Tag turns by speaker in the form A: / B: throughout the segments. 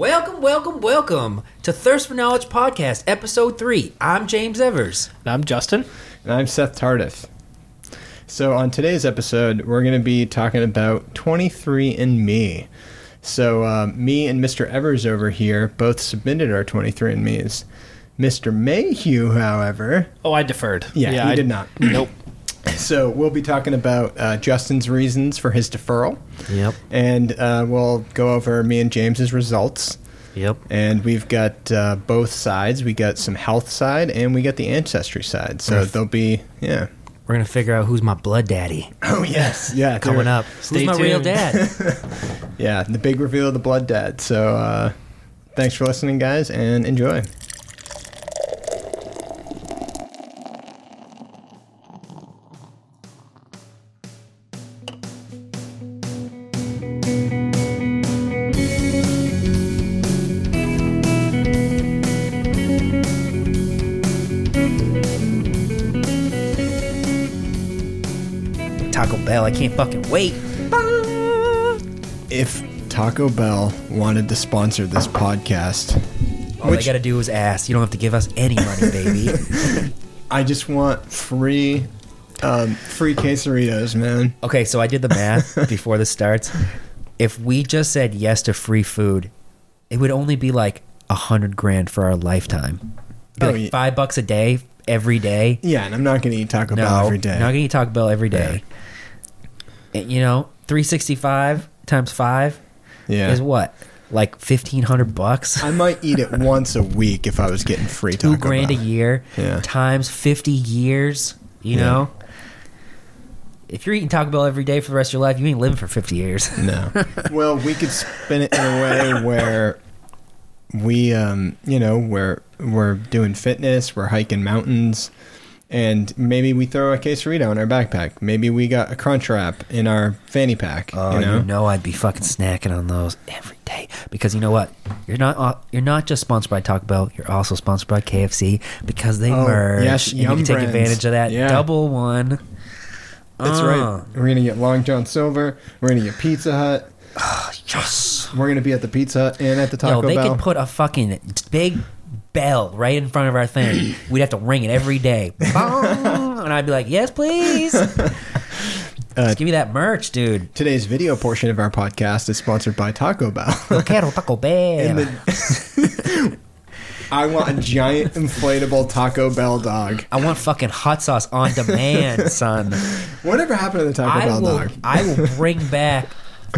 A: Welcome, welcome, welcome to Thirst for Knowledge Podcast, Episode 3. I'm James Evers.
B: And I'm Justin.
C: And I'm Seth Tardiff. So, on today's episode, we're going to be talking about 23andMe. So, uh, me and Mr. Evers over here both submitted our 23andMe's. Mr. Mayhew, however,
B: Oh, I deferred.
C: yeah, he
B: I
C: did not.
B: Nope.
C: So, we'll be talking about uh, Justin's reasons for his deferral.
A: Yep,
C: And uh, we'll go over me and James's results.
A: yep.
C: And we've got uh, both sides. We got some health side and we got the ancestry side. So, there'll be, yeah.
A: We're going to figure out who's my blood daddy
C: Oh, yes. Yeah.
A: coming
C: dude.
A: up.
B: Stay
A: who's my real
B: tuned.
A: dad?
C: Yeah, the big reveal of the blood dad. So uh, thanks for listening, guys, and enjoy.
A: Taco Bell, I can't fucking wait.
C: If Taco Bell wanted to sponsor this podcast,
A: All
C: Which-
A: they got to do is ask. You don't have to give us any money, baby.
C: I just want free, um, free quesaritos, man.
A: okay, so I did the math before this starts. If we just said yes to free food, it would only be like a hundred grand for our lifetime. It'd be
C: Oh,
A: like
C: ye-
A: five bucks a day, every day.
C: Yeah, and I'm not gonna eat Taco
A: No,
C: Bell every day.
A: Not gonna Taco Bell every day. And, you know, three sixty five times five
C: yeah,
A: is what? Like fifteen hundred bucks?
C: I might eat it once a week if I was getting free Taco
A: Two grand
C: Bell.
A: a year
C: Yeah.
A: times fifty years, you
C: Yeah.
A: know? If you're eating Taco Bell every day for the rest of your life, you ain't living for fifty years.
C: No. well, we could spin it in a way where we, um, you know, we're we're doing fitness, we're hiking mountains, and maybe we throw a quesarito in our backpack. Maybe we got a crunch wrap in our fanny pack.
A: Oh,
C: you know.
A: you know I'd be fucking snacking on those every day because you know what? You're not uh, you're not just sponsored by Taco Bell. You're also sponsored by KFC because they
C: Oh,
A: merge.
C: yes,
A: and you
C: Yum
A: can take
C: Brands.
A: advantage of that
C: Yeah.
A: double one.
C: That's
A: Uh,
C: right. Ah. We're gonna get Long John Silver. We're gonna get Pizza Hut.
A: Yes.
C: We're gonna be at the Pizza Hut and at the Taco
A: Yo, they
C: Bell.
A: could put a fucking big bell right in front of our thing. We'd have to ring it every day. Boom. and I'd be like, yes, please.
C: Uh,
A: Just give me that merch, dude.
C: Today's video portion of our podcast is sponsored by Taco Bell.
A: Yo quiero Taco
C: And
A: Bell.
C: the- I want a giant inflatable Taco Bell dog.
A: I want fucking hot sauce on demand, son.
C: Whatever happened to the Taco
A: I
C: Bell
A: will,
C: dog?
A: I will bring back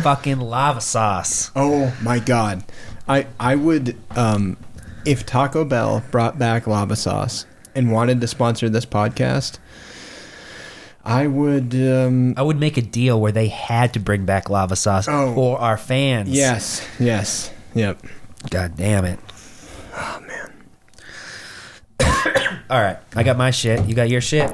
A: fucking lava sauce.
C: Oh my god. I I would um if Taco Bell brought back lava sauce and wanted to sponsor this podcast, I would um
A: I would make a deal where they had to bring back lava sauce
C: Oh.
A: for our fans.
C: yes, yes. Yep.
A: God damn it. Oh, man. All right. I got my shit. You got your shit.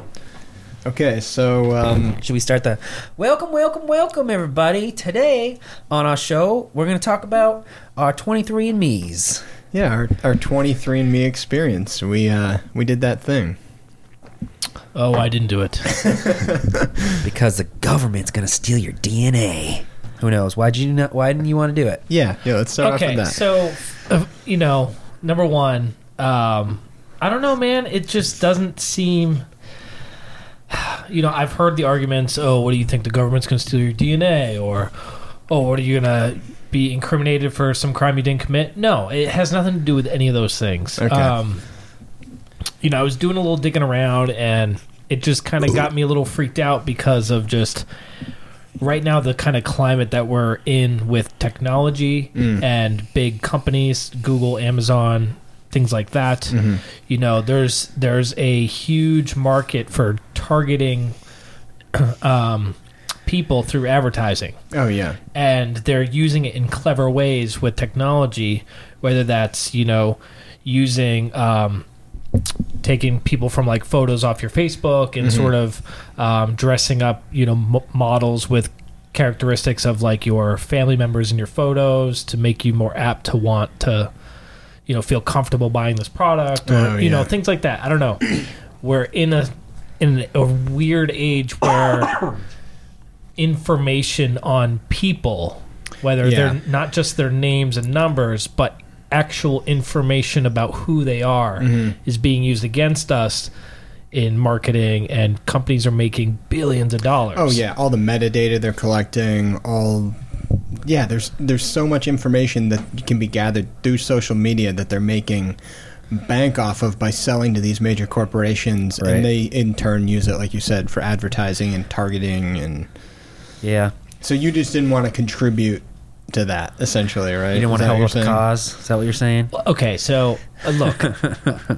C: Okay, so um
A: Should we start the welcome, welcome, welcome, everybody? Today on our show, we're going to talk about our 23 and me's.
C: yeah, our our 23andme experience. We uh we did that thing.
B: Oh, I didn't do it.
A: because the government's going to steal your DNA. Who knows? Why'd you not, why didn't you want to do it?
C: Yeah, yeah, let's start off
B: okay,
C: with that.
B: so uh, you know, number one, um, I don't know, man. It just doesn't seem. You know, I've heard the arguments. Oh, what do you think the government's going to steal your DNA? Or, oh, what are you going to be incriminated for some crime you didn't commit? No, it has nothing to do with any of those things.
C: Okay.
B: Um, you know, I was doing a little digging around, and it just kind of got me a little freaked out because of just right now the kind of climate that we're in with technology and big companies google amazon things like that you know there's there's a huge market for targeting um, people through advertising
C: oh yeah.
B: and they're using it in clever ways with technology, whether that's you know using um, taking people from like photos off your Facebook
C: Mm-hmm.
B: and sort of um, dressing up you know m- models with characteristics of like your family members in your photos to make you more apt to want to you know feel comfortable buying this product or
C: Oh,
B: you know
C: yeah.
B: things like that. I don't know. We're in a in a weird age where information on people whether
C: Yeah.
B: they're not just their names and numbers, but actual information about who they are
C: Mm-hmm.
B: is being used against us in marketing, and companies are making billions of dollars.
C: Oh yeah, all the metadata they're collecting, all yeah, there's there's so much information that can be gathered through social media that they're making bank off of by selling to these major corporations
A: Right.
C: and they in turn use it like you said for advertising and targeting and
A: Yeah.
C: so you just didn't want to contribute to that essentially, right?
A: You didn't want to help with the cause. Is that what you're saying?
B: Okay, so uh, look,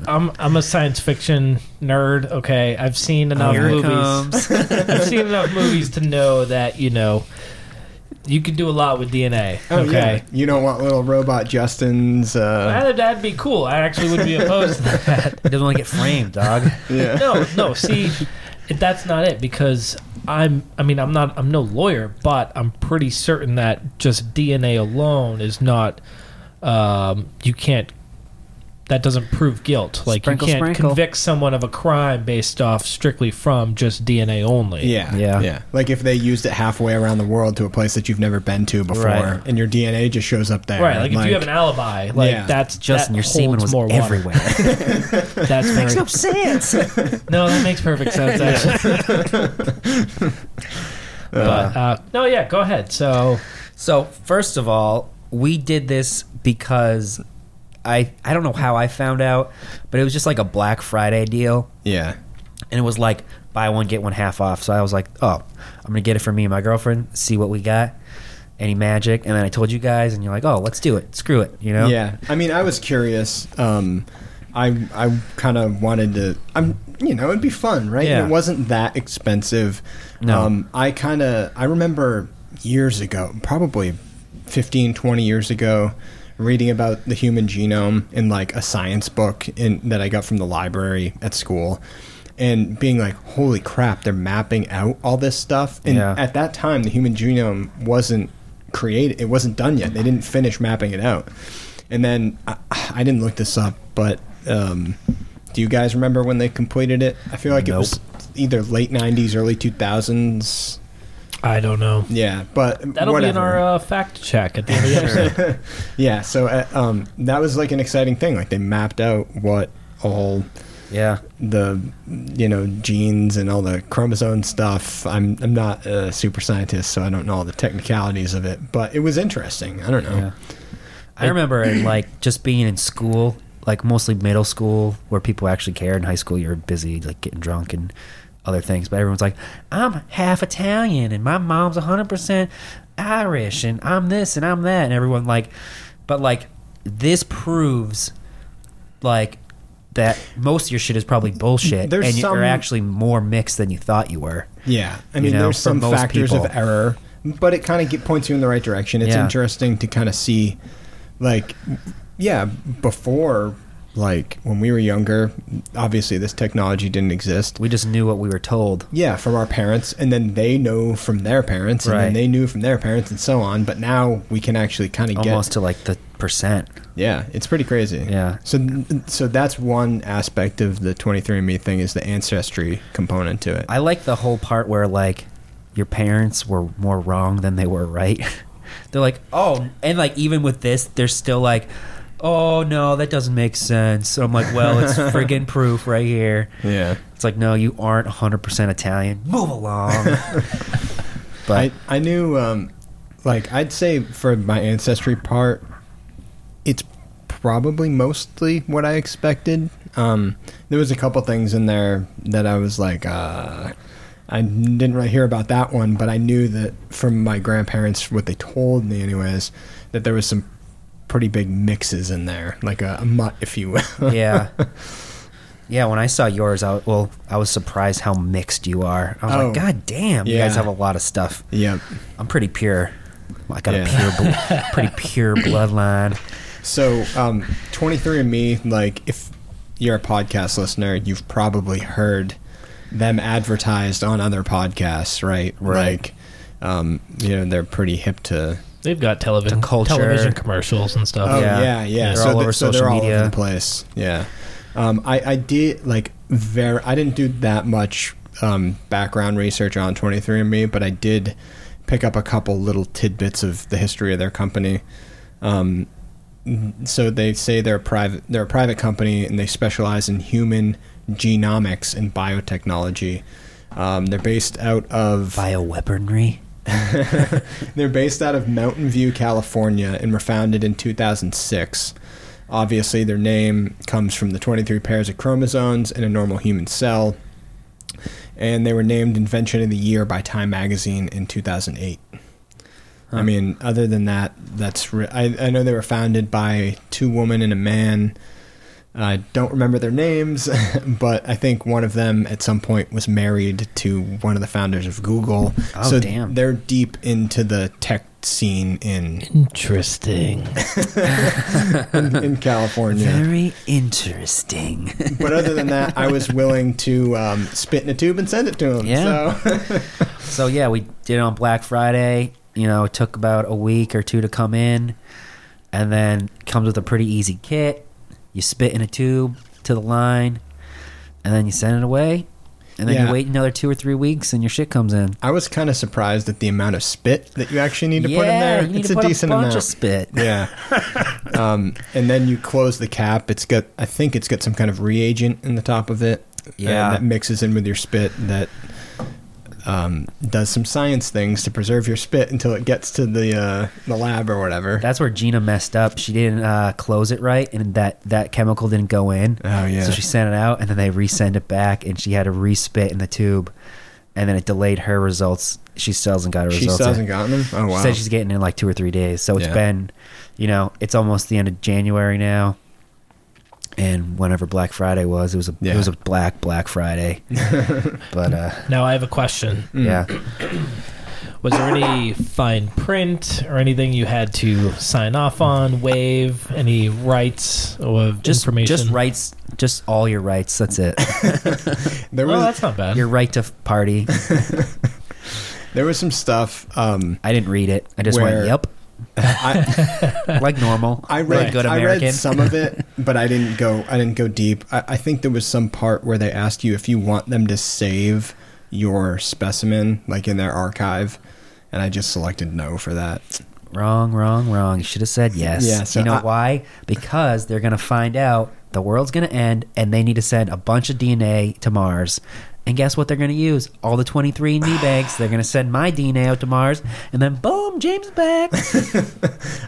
B: I'm I'm a science fiction nerd. Okay, I've seen enough
A: Here it
B: movies. I've seen enough movies to know that you know you can do a lot with DNA.
C: Oh,
B: okay,
C: yeah. You don't want little robot Justin's uh
B: That- that'd be cool. I actually would be opposed to that.
A: He doesn't want to get framed, dog.
C: yeah.
B: No, no. See, that's not it because I'm. I mean, I'm not. I'm no lawyer, but I'm pretty certain that just DNA alone is not. Um, you can't. That doesn't prove guilt. Like
A: Sprinkle,
B: you can't
A: sprinkle.
B: convict someone of a crime based off strictly from just DNA only.
C: Yeah,
A: Yeah.
C: Like if they used it halfway around the world to a place that you've never been to before,
A: Right.
C: and your DNA just shows up there.
B: Right. Like, if you have an alibi, like
C: Yeah.
B: that's
A: Justin,
B: that
A: your semen
B: holds
A: was
B: more water.
A: everywhere.
B: That's very
A: no sense.
B: No, that makes perfect sense. Actually. but uh, no, yeah, go ahead. So
A: So first of all, we did this because I I don't know how I found out, but it was just like a Black Friday deal,
C: yeah,
A: and it was like buy one get one half off. So I was like, oh, I'm gonna get it for me and my girlfriend. See what we got, any magic, and then I told you guys, and you're like, oh, let's do it. Screw it, you know?
C: yeah. I mean, I was curious. Um, I I kind of wanted to. I'm you know it'd be fun, right?
A: Yeah.
C: It wasn't that expensive.
A: No.
C: Um, I kind of I remember years ago, probably 15, 20 years ago. Reading about the human genome in like a science book in, that I got from the library at school, and being like, "Holy crap! They're mapping out all this stuff." And
A: Yeah.
C: at that time, the human genome wasn't created; it wasn't done yet. They didn't finish mapping it out. And then I, I didn't look this up, but um, do you guys remember when they completed it? I feel like it was either late '90s, early 2000s.
B: I don't know.
C: Yeah, but
B: That'll
C: whatever.
B: be in our uh, fact check at the end of the episode.
C: yeah. So uh, um, that was like an exciting thing. Like they mapped out what all
A: yeah.
C: the you know genes and all the chromosome stuff. I'm I'm not a super scientist, so I don't know all the technicalities of it, but it was interesting. I don't know.
A: Yeah. I remember it, like just being in school, like mostly middle school, where people actually cared. In high school, you're busy, like getting drunk and other things. But everyone's like, "I'm half Italian, and my mom's 100 percent Irish, and I'm this and I'm that," and everyone like, but like this proves like that most of your shit is probably bullshit,
C: There's
A: and
C: some-
A: you're actually more mixed than you thought you were.
C: Yeah, I
A: You
C: mean,
A: know,
C: there's
A: for
C: some
A: most
C: factors of
A: people.
C: error, but it kind of points you in the right direction. It's
A: Yeah.
C: interesting to kind of see, like, yeah, before, like when we were younger, obviously this technology didn't exist.
A: We just knew what we were told.
C: Yeah, from our parents, and then they know from their parents, and
A: Right.
C: then they knew from their parents, and so on. But now we can actually kind of get
A: Almost to like the percent.
C: Yeah, it's pretty crazy.
A: Yeah.
C: So so that's one aspect of the 23andme thing is the ancestry component to it.
A: I like the whole part where like your parents were more wrong than they were right. They're like, oh, and like even with this, they're still like, oh no, that doesn't make sense. So I'm like, well, it's friggin' proof right here.
C: yeah.
A: It's like, no, you aren't 100% Italian. Move along. but
C: I I knew um like I'd say for my ancestry part it's probably mostly what I expected. Um there was a couple things in there that I was like uh I didn't really hear about that one, but I knew that from my grandparents, what they told me, anyways, that there was some pretty big mixes in there, like a, a mutt, if you will.
A: yeah. Yeah, when I saw yours, I well, I was surprised how mixed you are. I was
C: Oh.
A: like, God damn, you
C: Yeah.
A: guys have a lot of stuff.
C: yep.
A: I'm pretty pure. I got
C: Yeah.
A: a pure, bl- pretty pure bloodline.
C: So, um, 23andMe, like, if you're a podcast listener, you've probably heard them advertised on other podcasts, right?
A: Right.
C: Like, um, you know, they're pretty hip to.
B: They've got television
A: The culture.
B: television commercials and stuff.
C: Oh,
A: Yeah.
C: yeah, yeah.
A: They're
C: so
A: all
C: th-
A: over
C: so they're
A: social
C: all over
A: media.
C: the place. Yeah. Um, I, I did, like, very, I didn't do that much um, background research on 23andMe, but I did pick up a couple little tidbits of the history of their company. Um, so they say they're a private they're a private company and they specialize in human genomics and biotechnology. Um, they're based out of
A: Bioweaponry.
C: they're based out of Mountain View, California, and were founded in 2006. Obviously, their name comes from the 23 pairs of chromosomes in a normal human cell, and they were named Invention of the Year by Time Magazine in 2008. I mean, other than that, that's re- I, I know they were founded by two women and a man. I don't remember their names, but I think one of them at some point was married to one of the founders of Google.
A: Oh,
C: so
A: damn.
C: they're deep into the tech scene in
B: Interesting.
C: in California.
A: Very interesting.
C: but other than that, I was willing to um, spit in a tube and send it to them.
A: Yeah.
C: So
A: so yeah, we did it on Black Friday. You know, it took about a week or two to come in, and then comes with a pretty easy kit. You spit in a tube to the line, and then you send it away, and then
C: Yeah.
A: you wait another two or three weeks, and your shit comes in.
C: I was kind of surprised at the amount of spit that you actually need to
A: yeah,
C: put in there.
A: you need
C: it's
A: to
C: a
A: put
C: decent
A: a bunch
C: amount.
A: of spit.
C: yeah. um, and then you close the cap. It's got, I think it's got some kind of reagent in the top of it. uh,
A: Yeah.
C: that mixes in with your spit that um, does some science things to preserve your spit until it gets to the uh, the lab or whatever.
A: That's where Gina messed up. She didn't uh, close it right, and that that chemical didn't go in.
C: Oh, yeah.
A: So she sent it out, and then they resend it back, and she had to respit in the tube, and then it delayed her results. She still hasn't got her
C: she
A: results.
C: still hasn't
A: yet.
C: gotten them. Oh wow.
A: She said she's getting it in like two or three days. So it's
C: Yeah.
A: been, you know, it's almost the end of January now. And whenever Black Friday was, it was a
C: Yeah.
A: it was a black Black Friday. but uh,
B: now I have a question.
A: yeah,
B: Was there any fine print or anything you had to sign off on, waive any rights of
A: just
B: information?
A: just rights, just all your rights. That's it.
C: there
B: Well,
C: was
B: Oh, that's not bad.
A: your right to party.
C: there was some stuff. Um,
A: I didn't read it. I just
C: Where-
A: went, "Yep,"
C: I,
A: like normal.
C: I
A: Like
C: read,
A: good
C: I
A: American.
C: read some of it, but I didn't go. I didn't go deep. I, I think there was some part where they asked you if you want them to save your specimen, like in their archive, and I just selected no for that.
A: wrong, wrong, wrong. You should have said yes.
C: Yeah, so
A: you know
C: I-
A: why? Because they're gonna find out the world's gonna end, and they need to send a bunch of DNA to Mars. And guess what? They're gonna use all the 23andMe banks. They're gonna send my DNA out to Mars, and then boom, James is back.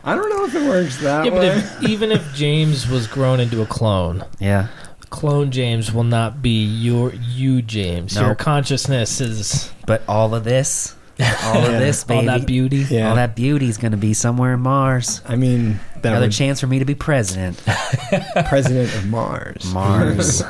C: I don't know if it works that
B: yeah, but
C: way.
B: if, even if James was grown into a clone,
A: yeah,
B: clone James will not be your you James.
A: No.
B: Your consciousness is
A: but all of this, all of
C: Yeah.
A: this,
B: all
A: baby,
B: that beauty.
C: Yeah.
A: all that beauty is gonna be somewhere in Mars.
C: I mean, that
A: Another
C: would
A: chance for me to be president.
C: president of Mars.
A: Mars.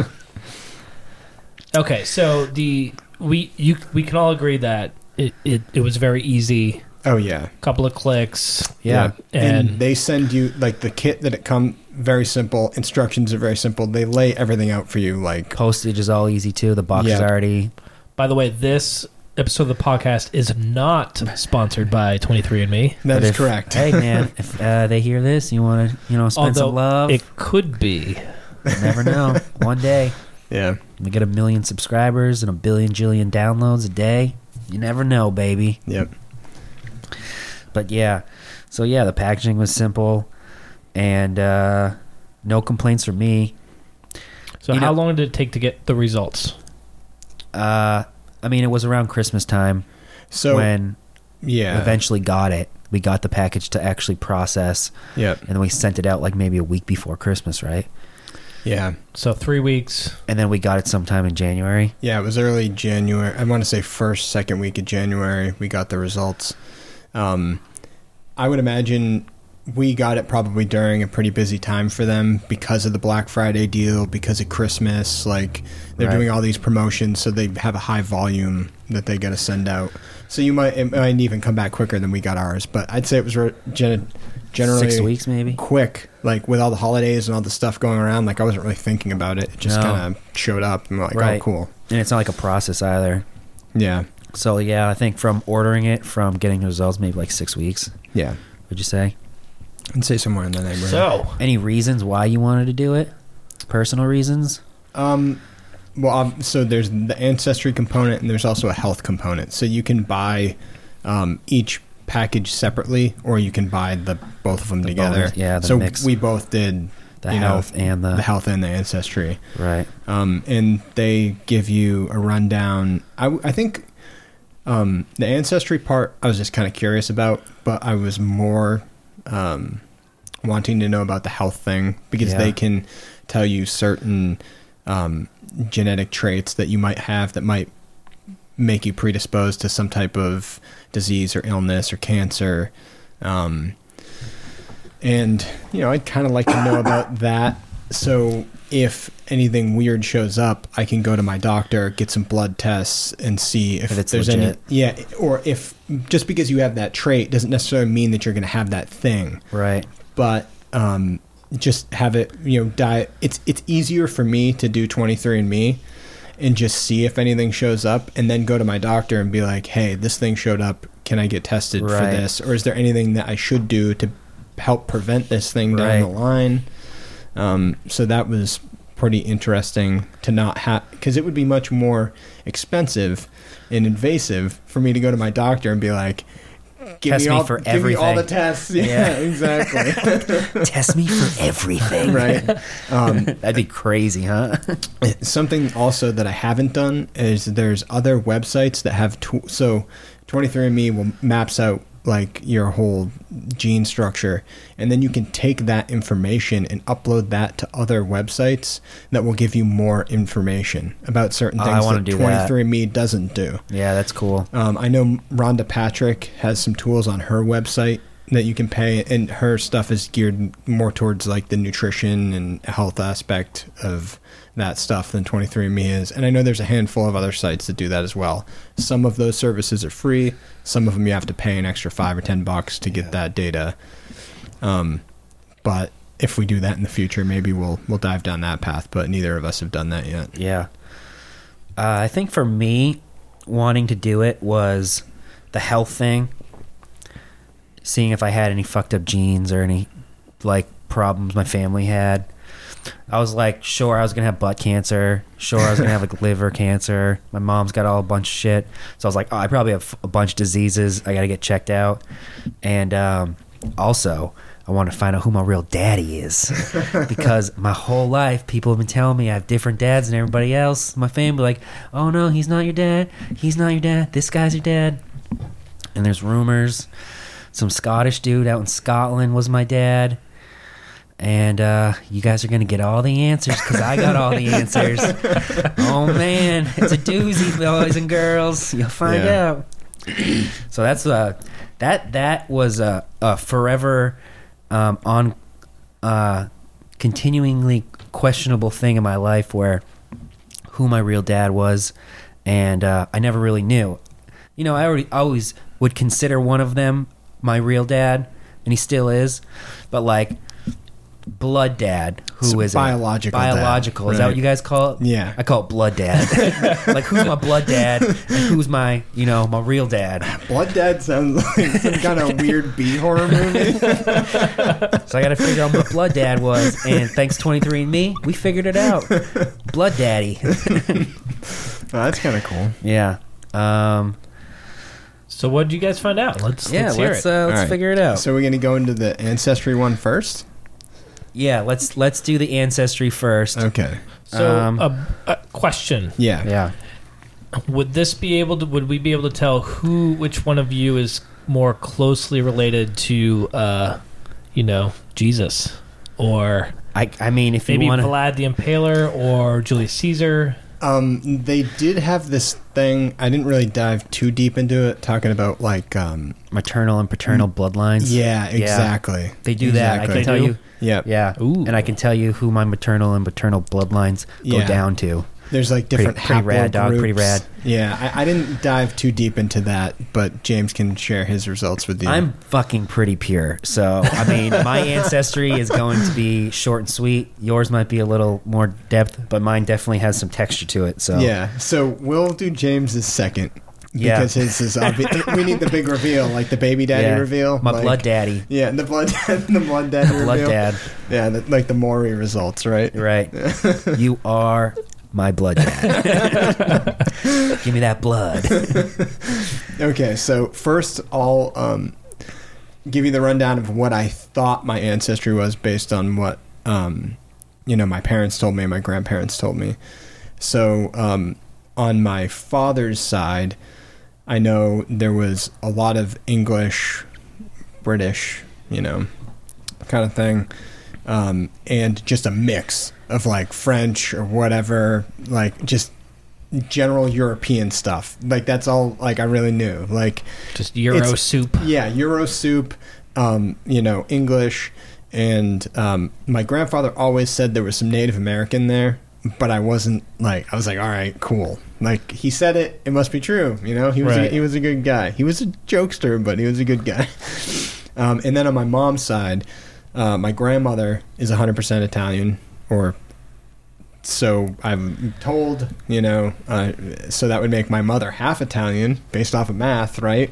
B: Okay, so the we you we can all agree that it, it, it was very easy.
C: oh yeah.
B: Couple of clicks.
A: Yeah.
C: And,
B: And-
C: they send you like the kit that it come very simple. Instructions are very simple. They lay everything out for you like
A: Postage is all easy too. The box is
C: Yeah.
A: already
B: By the way, this episode of the podcast is not sponsored by 23andMe.
A: But
C: that is
A: if-
C: correct.
A: hey man, if uh, they hear this, you want to you know spend
B: Although
A: some love.
B: it could be.
A: you never know. One day
C: yeah.
A: we get a million subscribers and a billion jillion downloads a day. You never know, baby.
C: Yep.
A: But yeah, so yeah, the packaging was simple, and uh, no complaints from me.
B: So
A: You
B: how
A: know-
B: long did it take to get the results?
A: Uh, I mean, it was around Christmas time
C: So
A: when
C: yeah.
A: eventually got it. We got the package to actually process,
C: Yep.
A: and then we sent it out like maybe a week before Christmas, right?
C: Yeah.
B: So three weeks.
A: And then we got it sometime in January.
C: Yeah, it was early January. I want to say first, second week of January. We got the results. Um, I would imagine we got it probably during a pretty busy time for them because of the Black Friday deal, because of Christmas. Like they're
A: Right.
C: doing all these promotions, so they have a high volume that they got to send out. So you might it might even come back quicker than we got ours. But I'd say it was re- gen- generally
A: Six weeks maybe.
C: quick. Like with all the holidays and all the stuff going around, like I wasn't really thinking about it. It just
A: No.
C: kind of showed up and we're like,
A: Right.
C: oh, cool.
A: and it's not like a process either.
C: Yeah.
A: So yeah, I think from ordering it, from getting the results, maybe like six weeks.
C: Yeah.
A: Would you say
C: I'd say somewhere in the neighborhood.
B: So
A: any reasons why you wanted to do it? Personal reasons?
C: um, well, ob- so there's the ancestry component, and there's also a health component. So you can buy um, each package separately, or you can buy the both of them together.
A: bonus- yeah, the
C: so
A: mix.
C: we both did
A: The
C: you know,
A: health and the-
C: the health and the ancestry
A: Right.
C: um, and they give you a rundown. I, w- I think um, the ancestry part I was just kind of curious about, but I was more um, wanting to know about the health thing because
A: Yeah.
C: they can tell you certain um, genetic traits that you might have that might make you predisposed to some type of disease or illness or cancer. Um, and, you know, I'd kind of like to know about that. So if anything weird shows up, I can go to my doctor, get some blood tests, and see if,
A: If it's
C: there's
A: legit.
C: any. Yeah. Or if just because you have that trait doesn't necessarily mean that you're going to have that thing
A: Right.
C: but um, just have it you know die it's it's easier for me to do 23andme and just see if anything shows up and then go to my doctor and be like hey this thing showed up can i get tested for
A: Right.
C: this or is there anything that i should do to help prevent this thing down
A: Right.
C: the line um, so that was pretty interesting to not have because it would be much more expensive and invasive for me to go to my doctor and be like give
A: Test
C: me
A: me
C: all
A: for
C: give me all the
A: everything.
C: tests
A: Yeah.
C: yeah. exactly
A: Test me for everything.
C: right? Um,
A: That'd be crazy, huh?
C: something also that I haven't done is there's other websites that have tw- so 23andMe will maps out like your whole gene structure, and then you can take that information and upload that to other websites that will give you more information about certain
A: Oh, I
C: things
A: wanna
C: that
A: do that.
C: 23andMe doesn't do.
A: yeah, that's cool.
C: Um, I know Rhonda Patrick has some tools on her website that you can pay, and her stuff is geared more towards like the nutrition and health aspect of that stuff than 23andMe is. And I know there's a handful of other sites that do that as well. Some of those services are free. Some of them you have to pay an extra five or ten bucks to get that data. Um, but if we do that in the future, maybe we'll we'll dive down that path. But neither of us have done that yet.
A: Yeah. Uh, I think for me, wanting to do it was the health thing, seeing if I had any fucked up genes or any like problems my family had. I was like, sure, I was gonna have butt cancer. Sure, I was gonna have like liver cancer. My mom's got all a bunch of shit, so I was like, oh, I probably have a bunch of diseases. I gotta get checked out, and um, also I want to find out who my real daddy is because my whole life people have been telling me I have different dads than everybody else. My family, like, oh no, he's not your dad. He's not your dad. This guy's your dad. And there's rumors. Some Scottish dude out in Scotland was my dad. And uh, you guys are going to get all the answers because I got all the answers. oh, man. It's a doozy, boys and girls. You'll find
C: Yeah.
A: out. so that's uh, that. That was a, a forever um, on uh, continuingly questionable thing in my life where who my real dad was, and uh, I never really knew. You know, I already always would consider one of them my real dad, and he still is, but like blood dad,
C: So
A: who is it?
C: biological dad,
A: Biological is that
C: right.
A: what you guys call it?
C: Yeah.
A: I call it blood dad. like who's my blood dad, and who's my you know my real dad?
C: Blood Dad sounds like some kind of weird B horror movie.
A: So I got to figure out what Blood Dad was, and thanks 23andMe, we figured it out. Blood Daddy.
C: Oh, that's kind of cool.
A: yeah. Um,
B: So what did you guys find out? Let's
A: yeah. Let's
B: let's hear
A: let's,
B: it.
A: uh, let's
C: All right.
A: figure it out.
C: So we're gonna go into the ancestry one first.
A: yeah. Let's let's do the ancestry first.
C: Okay.
B: so
A: um,
B: a, a question:
C: Yeah.
A: Yeah.
B: Would this be able to? Would we be able to tell who, which one of you is more closely related to, uh, you know, Jesus or
A: I I mean, if
B: maybe
A: you want to,
B: Vlad the Impaler or Julius Caesar?
C: Um, they did have this thing. I didn't really dive too deep into it, talking about like. Um,
A: maternal and paternal bloodlines.
C: yeah, exactly.
A: They do that. I
C: Exactly.
A: can tell
B: Mm. They do?
A: you.
C: Yeah.
A: Yeah.
B: Ooh.
A: And I can tell you who my maternal and paternal bloodlines go
C: Yeah.
A: down to.
C: There's like different
A: pretty rad, dog, pretty
C: haplogroups.
A: rad.
C: Yeah, I, I didn't dive too deep into that, but James can share his results with you.
A: I'm fucking pretty pure. So, I mean, my ancestry is going to be short and sweet. Yours might be a little more depth, but mine definitely has some texture to it. So,
C: Yeah. So we'll do James's second.
A: Yeah.
C: Because his is obvious. we need the big reveal, like the baby daddy
A: Yeah.
C: reveal.
A: My
C: like-
A: blood daddy.
C: Yeah, the blood, the blood daddy reveal.
A: Blood dad.
C: Yeah, the, like the Maury results, right?
A: Right. you are my blood dad. Give me that blood.
C: Okay, so first I'll um, give you the rundown of what I thought my ancestry was based on what um, you know my parents told me and my grandparents told me. So um, on my father's side, I know there was a lot of English, British, you know, kind of thing, um, and just a mix of like French or whatever, like just general European stuff. Like that's all like I really knew. Like
B: Just Euro
C: It's-
B: soup.
C: yeah, Euro soup, um, you know, English, and um, my grandfather always said there was some Native American there, but I wasn't like I was like, all right, cool. Like he said it, it must be true. You know, he was
B: Right.
C: a, he was a good guy. He was a jokester, but he was a good guy. Um, and then on my mom's side, uh, my grandmother is 100% Italian, or so I'm told, you know, uh, so that would make my mother half Italian based off of math, right?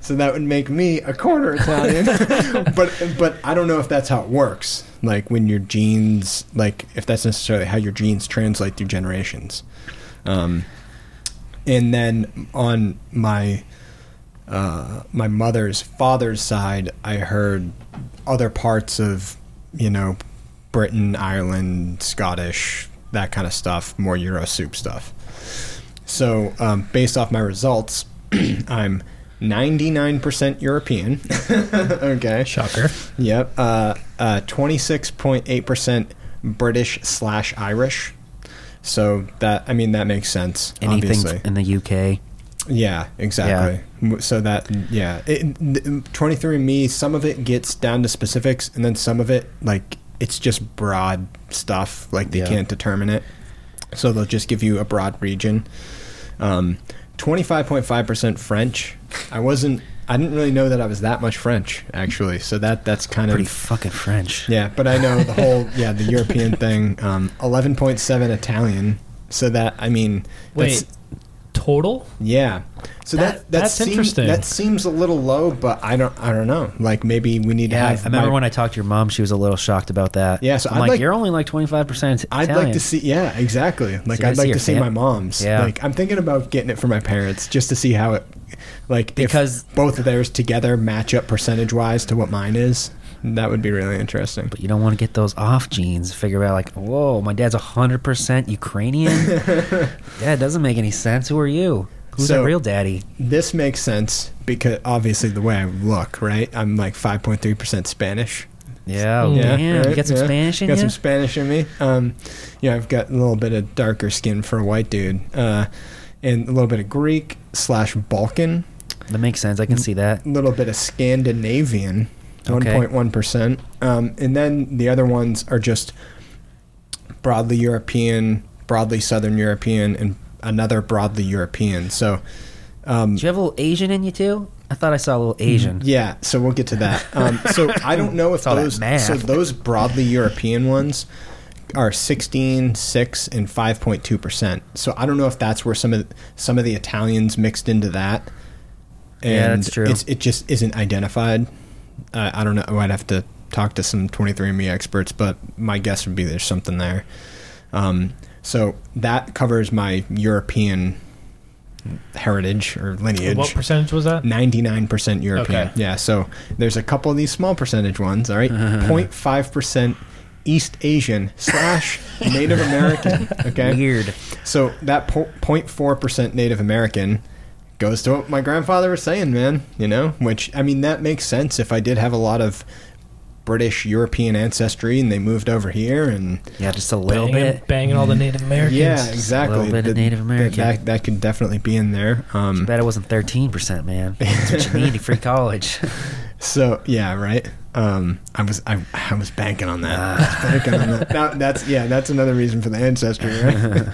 C: So that would make me a quarter Italian. but but I don't know if that's how it works. Like when your genes, like if that's necessarily how your genes translate through generations. Um, and then on my uh, my mother's father's side, I heard other parts of you know Britain, Ireland, Scottish, that kind of stuff, more Euro soup stuff. So um, based off my results, I'm 99% European. okay.
B: Shocker.
C: Yep. Uh, uh, 26.8% British slash Irish. So that I mean that makes sense.
A: Anything
C: obviously.
A: in the UK.
C: Yeah, exactly. M So that yeah, twenty three and Me. Some of it gets down to specifics, and then some of it like it's just broad stuff. Like they
A: Yeah.
C: can't determine it, so they'll just give you a broad region. Um, twenty five point five percent French. I wasn't. I didn't really know that I was that much French actually. So that that's kind
A: Pretty
C: of.
A: fucking French.
C: Yeah, but I know the whole yeah the European thing. Um, eleven point seven Italian. So that I mean, that's-
B: Wait, total?
C: yeah. So that,
B: That-
C: that
B: that's
C: seems,
B: interesting.
C: That seems a little low, but I don't I don't know. Like maybe we need
A: Yeah, I
C: to have.
A: remember
C: my-
A: when I talked to your mom; she was a little shocked about that.
C: Yeah, so
A: I'm
C: I'd
A: like,
C: like-
A: you're only like 25 percent
C: I'd
A: Italian.
C: like to see. Yeah, exactly. Like
A: gotta
C: I'd like
A: see
C: to
A: your
C: see
A: fam-
C: my mom's.
A: Yeah.
C: Like I'm thinking about getting it for my parents just to see how it. Like
A: Because-
C: if both of theirs together match up percentage wise to what mine is, that would be really interesting.
A: but you don't want to get those off genes. Figure out like, whoa, my dad's 100 percent Ukrainian. yeah, it doesn't make any sense. Who are you? Who's
C: So-
A: our real daddy?
C: This makes sense because obviously the way I look, right? I'm like 5.3 percent Spanish.
A: Yeah, oh,
C: Yeah,
A: damn, you
C: right,
A: got some
C: yeah.
A: Spanish in
C: got
A: you.
C: some Spanish in me. Um, yeah, I've got a little bit of darker skin for a white dude, uh, and a little bit of Greek slash Balkan,
A: that makes sense.
C: Mm,
A: I can see that.
C: a little bit of Scandinavian, one
A: Okay.
C: point one percent, Um, and then the other ones are just broadly European, broadly Southern European, and another broadly European. So. Um,
A: Do you have a little Asian in you too? I thought I saw a little Asian.
C: yeah, so we'll get to that. Um, so I don't know if
A: It's all that
C: those
A: math.
C: so those broadly European ones are 16, 6 and 5.2%. So I don't know if that's where some of some of the Italians mixed into that. And
A: Yeah, that's true.
C: It's, it just isn't identified. Uh, I don't know. I'd have to talk to some 23andMe experts, but my guess would be there's something there. Um, so that covers my European heritage or lineage.
B: What percentage was that?
C: 99% European.
B: Okay.
C: Yeah, so there's a couple of these small percentage ones, all right? 0.5% East Asian slash Native American, okay?
A: Weird.
C: So that po- 0.4% Native American goes to what my grandfather was saying, man, you know? Which, I mean, that makes sense if I did have a lot of British European ancestry and they moved over here and
A: Yeah, just a little
B: Banging,
A: bit.
B: banging all the Native Americans.
C: yeah exactly
A: little bit of
C: That-
A: Native
C: that-
A: American.
C: that, that could definitely be in there um,
A: Bet it wasn't 13 percent, man. That's what you need to free college.
C: So yeah, right. Um, I was I, I was banking on that. I was banking on that. Now, that's yeah, that's another reason for the ancestry, right?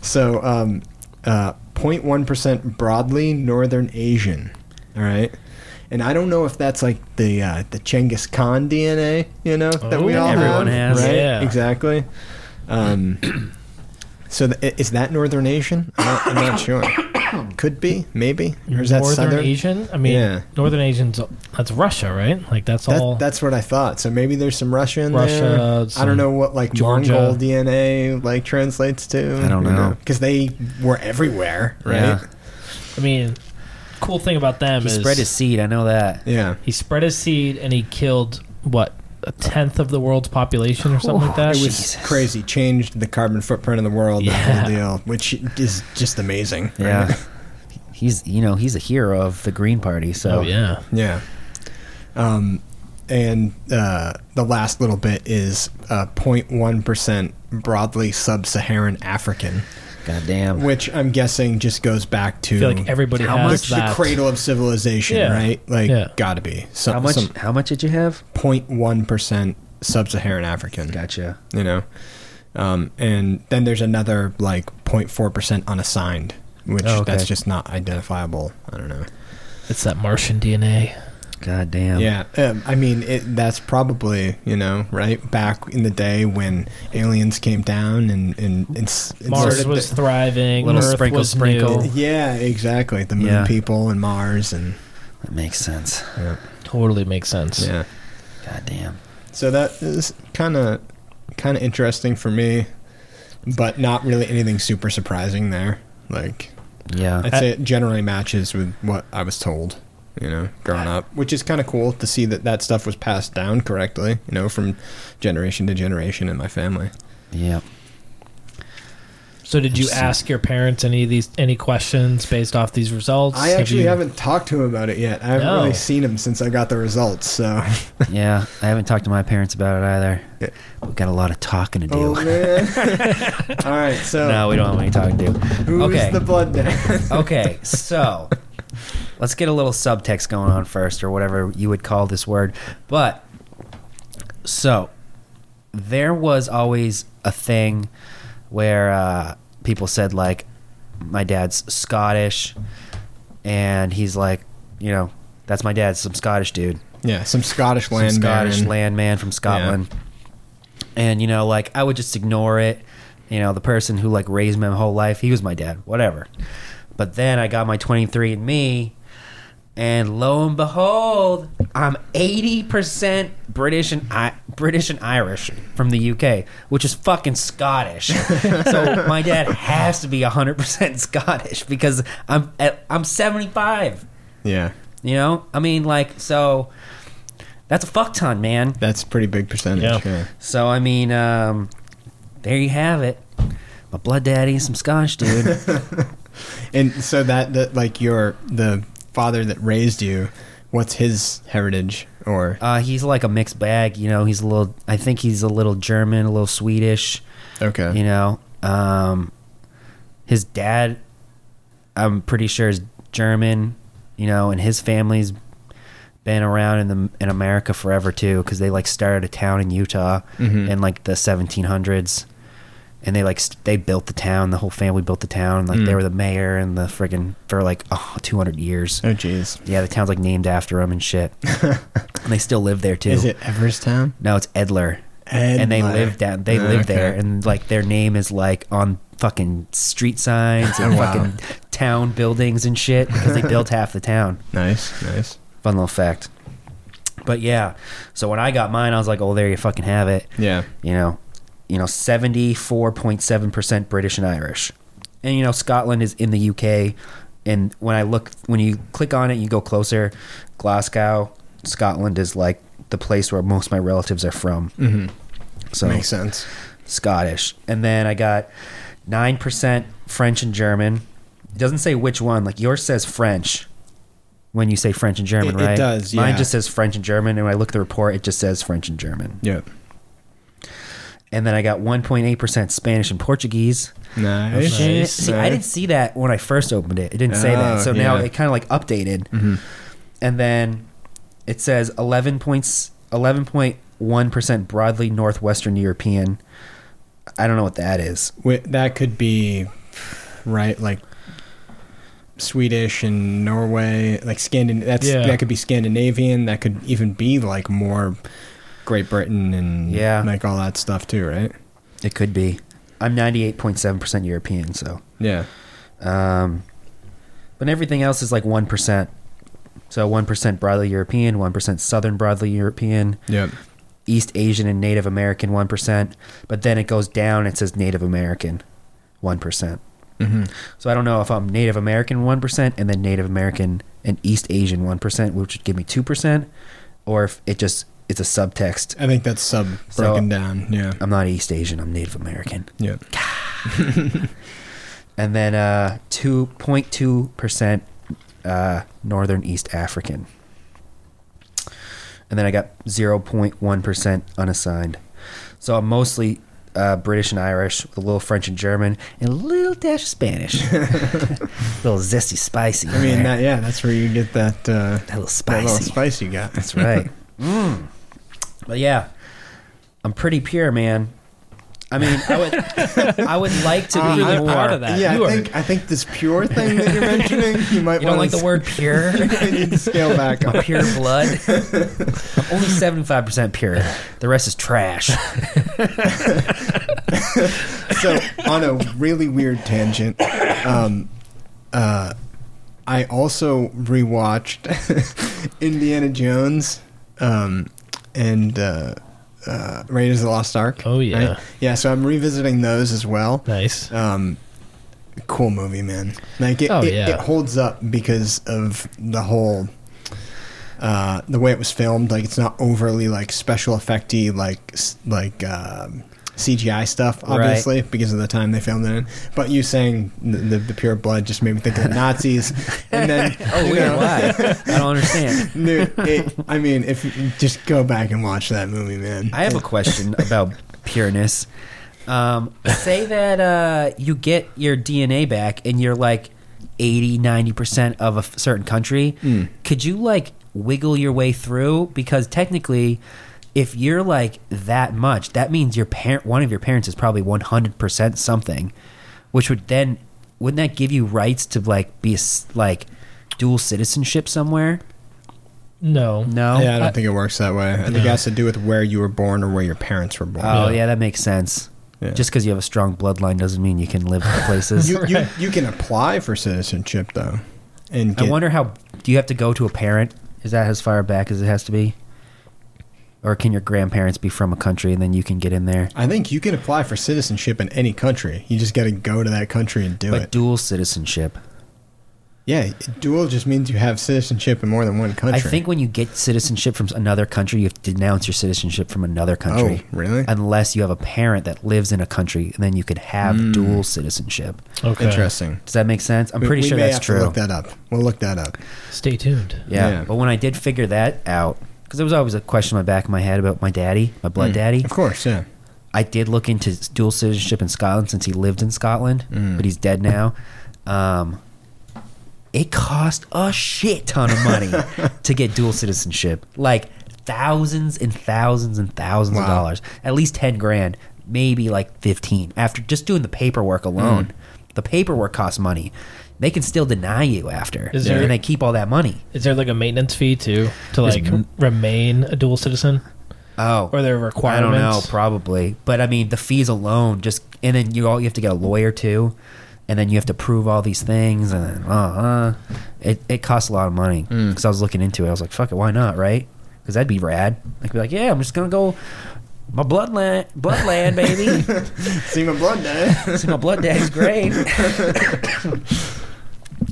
C: so um, uh, 0.1 percent broadly Northern Asian, all right. And I don't know if that's like the uh, the Genghis Khan DNA, you know, that we
B: Oh.
C: all
A: Everyone
C: have,
A: has.
C: right?
B: Yeah.
C: Exactly. Um, so th- is that Northern Asian? I'm not, I'm not sure. Could be, maybe, or is that
B: Northern
C: Southern?
B: Asian? I mean,
C: Yeah.
B: Northern Asians, that's Russia, right? Like, that's all.
C: That, that's what I thought. So maybe there's some Russian
B: Russia,
C: there. I
B: some
C: don't know what like
B: Georgia.
C: Mongol DNA like translates to.
A: I don't know.
C: because they were everywhere, right?
A: Yeah.
B: I mean, cool thing about them
A: He
B: is
A: spread his seed. I know that.
C: Yeah.
B: he spread his seed and he killed what a tenth of the world's population or something like that.
C: It was
A: Jesus.
C: crazy. Changed the carbon footprint of the world, the
B: Yeah.
C: whole deal, which is just amazing. right?
A: Yeah. He's you know he's a hero of the Green Party. So
B: oh yeah,
C: Yeah. Um, and uh, the last little bit is uh, 0.1% broadly sub Saharan African,
A: goddamn.
C: which I'm guessing just goes back to
B: I feel like everybody
A: How
B: has
A: much
C: the
B: that.
C: cradle of civilization,
B: Yeah.
C: right? Like,
B: Yeah.
C: gotta be. Some,
A: How much?
C: Some
A: How much did you have?
C: 0.1% sub Saharan African.
A: Gotcha.
C: you know um, and then there's another like 0.4% unassigned which
A: Oh, okay.
C: that's just not identifiable i don't know
B: It's that Martian DNA.
A: Goddamn.
C: yeah um, i mean it, that's probably you know right back in the day when aliens came down and and, and s- and
B: Mars
C: started
B: was
C: the-
B: thriving.
A: Little
B: Earth
A: sprinkle,
B: was
A: sprinkle.
B: new.
C: yeah exactly the moon
A: Yeah.
C: people and mars and
A: That makes sense.
C: yeah,
B: Totally makes sense.
C: yeah.
A: Goddamn.
C: so that is kind of kind of interesting for me but not really anything super surprising there like
A: Yeah.
C: I'd say it generally matches with what I was told, you know, growing up, which is kind of cool to see that that stuff was passed down correctly, you know, from generation to generation in my family.
A: yeah.
B: So did you
A: Interesting.
B: ask your parents any of these any questions based off these results?
C: I
B: Have
C: actually
B: you-
C: haven't talked to him about it yet. I haven't
B: No.
C: really seen him since I got the results, so.
A: Yeah. I haven't talked to my parents about it either.
C: Yeah.
A: We've got a lot of talking to do.
C: Oh, man. All right, so
A: no, we don't have any talking to do.
C: who's
A: okay.
C: the blood dad?
A: okay, so let's get a little subtext going on first, or whatever you would call this word. But so there was always a thing where uh, people said, like, my dad's Scottish, and he's like, you know, that's my dad, some Scottish dude
C: yeah, some Scottish
A: some
C: land
A: Scottish
C: baron.
A: landman from Scotland. And you know, like I would just ignore it. You know, the person who like raised me my whole life, he was my dad, whatever. But then I got my 23 and me and lo and behold, I'm 80% British and I- British and Irish from the UK, which is fucking Scottish. so my dad has to be 100% Scottish because I'm I'm 75.
C: Yeah,
A: You know, I mean, like, so that's a fuck ton, man.
C: that's a pretty big percentage.
B: Yeah.
C: Yeah.
A: So I mean, um, there you have it. My blood daddy, and some Scotch dude.
C: And so that, that, like, your, the father that raised you, what's his heritage or
A: uh, he's like a mixed bag. You know, he's a little. I think he's a little German, a little Swedish.
C: Okay.
A: You know, um, his dad, I'm pretty sure is German. You know, and his family's been around in the in America forever too, because they like started a town in Utah
C: Mhm.
A: in like the 1700s, and they like st- they built the town. The whole family built the town. Like they
C: Mm.
A: were the mayor and the friggin' for like oh, 200 years.
C: Oh, jeez.
A: Yeah, the town's like named after him and shit. and they still live there too.
C: Is it Everstown?
A: No, it's Edler. And they live down. They
C: Oh,
A: live there,
C: okay.
A: and like their name is like on fucking street signs and
C: Oh, wow.
A: fucking town buildings and shit because they built half the town.
C: Nice, nice.
A: Fun little fact. But yeah, so when I got mine, I was like, "Oh, there you fucking have it."
C: Yeah.
A: You know, you know, seventy four point seven percent British and Irish, and you know, Scotland is in the UK. And when I look, when you click on it, you go closer. Glasgow, Scotland is like the place where most of my relatives are from.
C: Mm-hmm.
A: So
C: Makes sense.
A: Scottish. And then I got 9% French and German. It doesn't say which one. Like yours says French when you say French and German,
C: It- it
A: right?
C: does,
A: Mine
C: yeah.
A: just says French and German. And when I look at the report, it just says French and German.
C: Yep.
A: And then I got 1.8% Spanish and Portuguese.
C: Nice.
A: Oh, Shit.
B: Nice.
A: See, I didn't see that when I first opened it. It didn't say that.
C: Oh,
A: So now
C: yeah. Mm-hmm.
A: it kind of like updated. And then it says 11 points, 11.1% broadly Northwestern European. I don't know what that is.
C: Wi- that could be right, like Swedish and Norway, like Scandin. That's
B: Yeah.
C: that could be Scandinavian. That could even be like more Great Britain and
A: Yeah.
C: like all that stuff too, right?
A: It could be. I'm 98.7% European, so.
C: Yeah.
A: Um, but everything else is like 1%. So 1% broadly European, 1% Southern broadly European,
C: Yep.
A: East Asian and Native American 1%. But then it goes down and it says Native American 1%.
C: Mm-hmm.
A: So I don't know if I'm Native American 1% and then Native American an East Asian 1%, which would give me 2%, or if it just it's a subtext.
C: I think that's sub broken
A: So-
C: down. Yeah.
A: I'm not East Asian, I'm Native American.
C: Yeah.
A: And then uh 2.2% uh Northern East African. And then I got 0.1% unassigned. So I'm mostly uh, British and Irish, with a little French and German, and a little dash of Spanish. a little zesty, spicy.
C: I mean, that, yeah, that's where you get that,
A: a
C: uh,
A: little
C: that
A: spicy.
C: little spice you got.
A: That's right. Mm. But yeah, I'm pretty pure, man. I mean, I would, I would like to
B: I'm
A: be
B: really
A: more.
B: proud of that.
C: Yeah,
B: You
C: I
B: are-
C: think I think this pure thing that you're mentioning, you might
A: You don't like the word pure?
C: need to scale back.
A: My
C: on.
A: pure blood. I'm only 75% pure. The rest is trash.
C: so on a really weird tangent, um, uh, I also rewatched Indiana Jones um, and uh, uh, Raiders of the Lost Ark.
B: Oh, yeah.
C: yeah. So I'm revisiting those as well.
B: Nice.
C: Um, cool movie, man. Like it,
B: Oh,
C: it,
B: yeah.
C: it holds up because of the whole. Uh, the way it was filmed, like it's not overly like special effecty, like s- like um, CGI stuff,
A: Right.
C: obviously because of the time they filmed it in. But you saying the, the, the pure blood just made me think of the Nazis, and then
A: Oh,
C: you
A: weird.
C: know,
A: Why? I don't understand.
C: dude, it- I mean, if you just go back and watch that movie, man.
A: I have a
C: It-
A: question about pureness. Um, say that uh, you get your DNA back and you're like 80, 90% of a f- certain country.
C: Hmm.
A: Could you like wiggle your way through? Because technically, if you're like that much, that means your parent, one of your parents is probably 100% something, which would then, wouldn't that give you rights to like be a s like dual citizenship somewhere?
B: No.
A: No?
C: yeah, I don't think it works that way. I think it
B: No.
C: has to do with where you were born or where your parents were born.
A: Oh yeah, that makes sense.
C: Yeah.
A: Just because you have a strong bloodline doesn't mean you can live places.
C: You, you you can apply for citizenship though, and
A: I
C: get,
A: wonder how. Do you have to go to a parent? Is that as far back as it has to be? Or can your grandparents be from a country and then you can get in there?
C: I think you can apply for citizenship in any country. You just got to go to that country and do
A: But
C: it.
A: dual citizenship.
C: yeah, dual just means you have citizenship in more than one country.
A: I think when you get citizenship from another country, you have to denounce your citizenship from another country.
C: Oh, really?
A: Unless you have a parent that lives in a country, and then you could have dual citizenship.
B: Okay.
C: Interesting.
A: Does that make sense? uh, I'm
C: Mm. We-
A: pretty
C: we
A: sure
C: may
A: that's
C: have
A: true.
C: To look that up. We'll look that up.
B: Stay tuned.
A: Yeah.
C: Yeah.
A: But when I did figure that out, because there was always a question in my back of my head about my daddy, my blood daddy,
C: Of course, yeah.
A: I did look into dual citizenship in Scotland since he lived in Scotland, but he's dead now. Um, it cost a shit ton of money to get dual citizenship. Like thousands and thousands and thousands of
C: Wow.
A: dollars. At least 10 grand, maybe like 15 after just doing the paperwork alone. The paperwork costs money. They can still deny you after.
B: Is
A: and
B: there-
A: they keep all that money.
B: Is there like a maintenance fee too to
A: There's
B: like remain a dual citizen?
A: Oh,
B: Or their
A: I don't know,
B: requirements?
A: probably. But I mean, the fees alone, just and then you all you have to get a lawyer too, and then you have to prove all these things, and then, uh, uh, it it costs a lot of money. Because I was looking into it, I was like, fuck it, why not, right? Because that'd be rad. I could be like, yeah, I'm just gonna go my bloodland, bloodland, baby.
C: See my blood dad.
A: See my blood daddy's grave.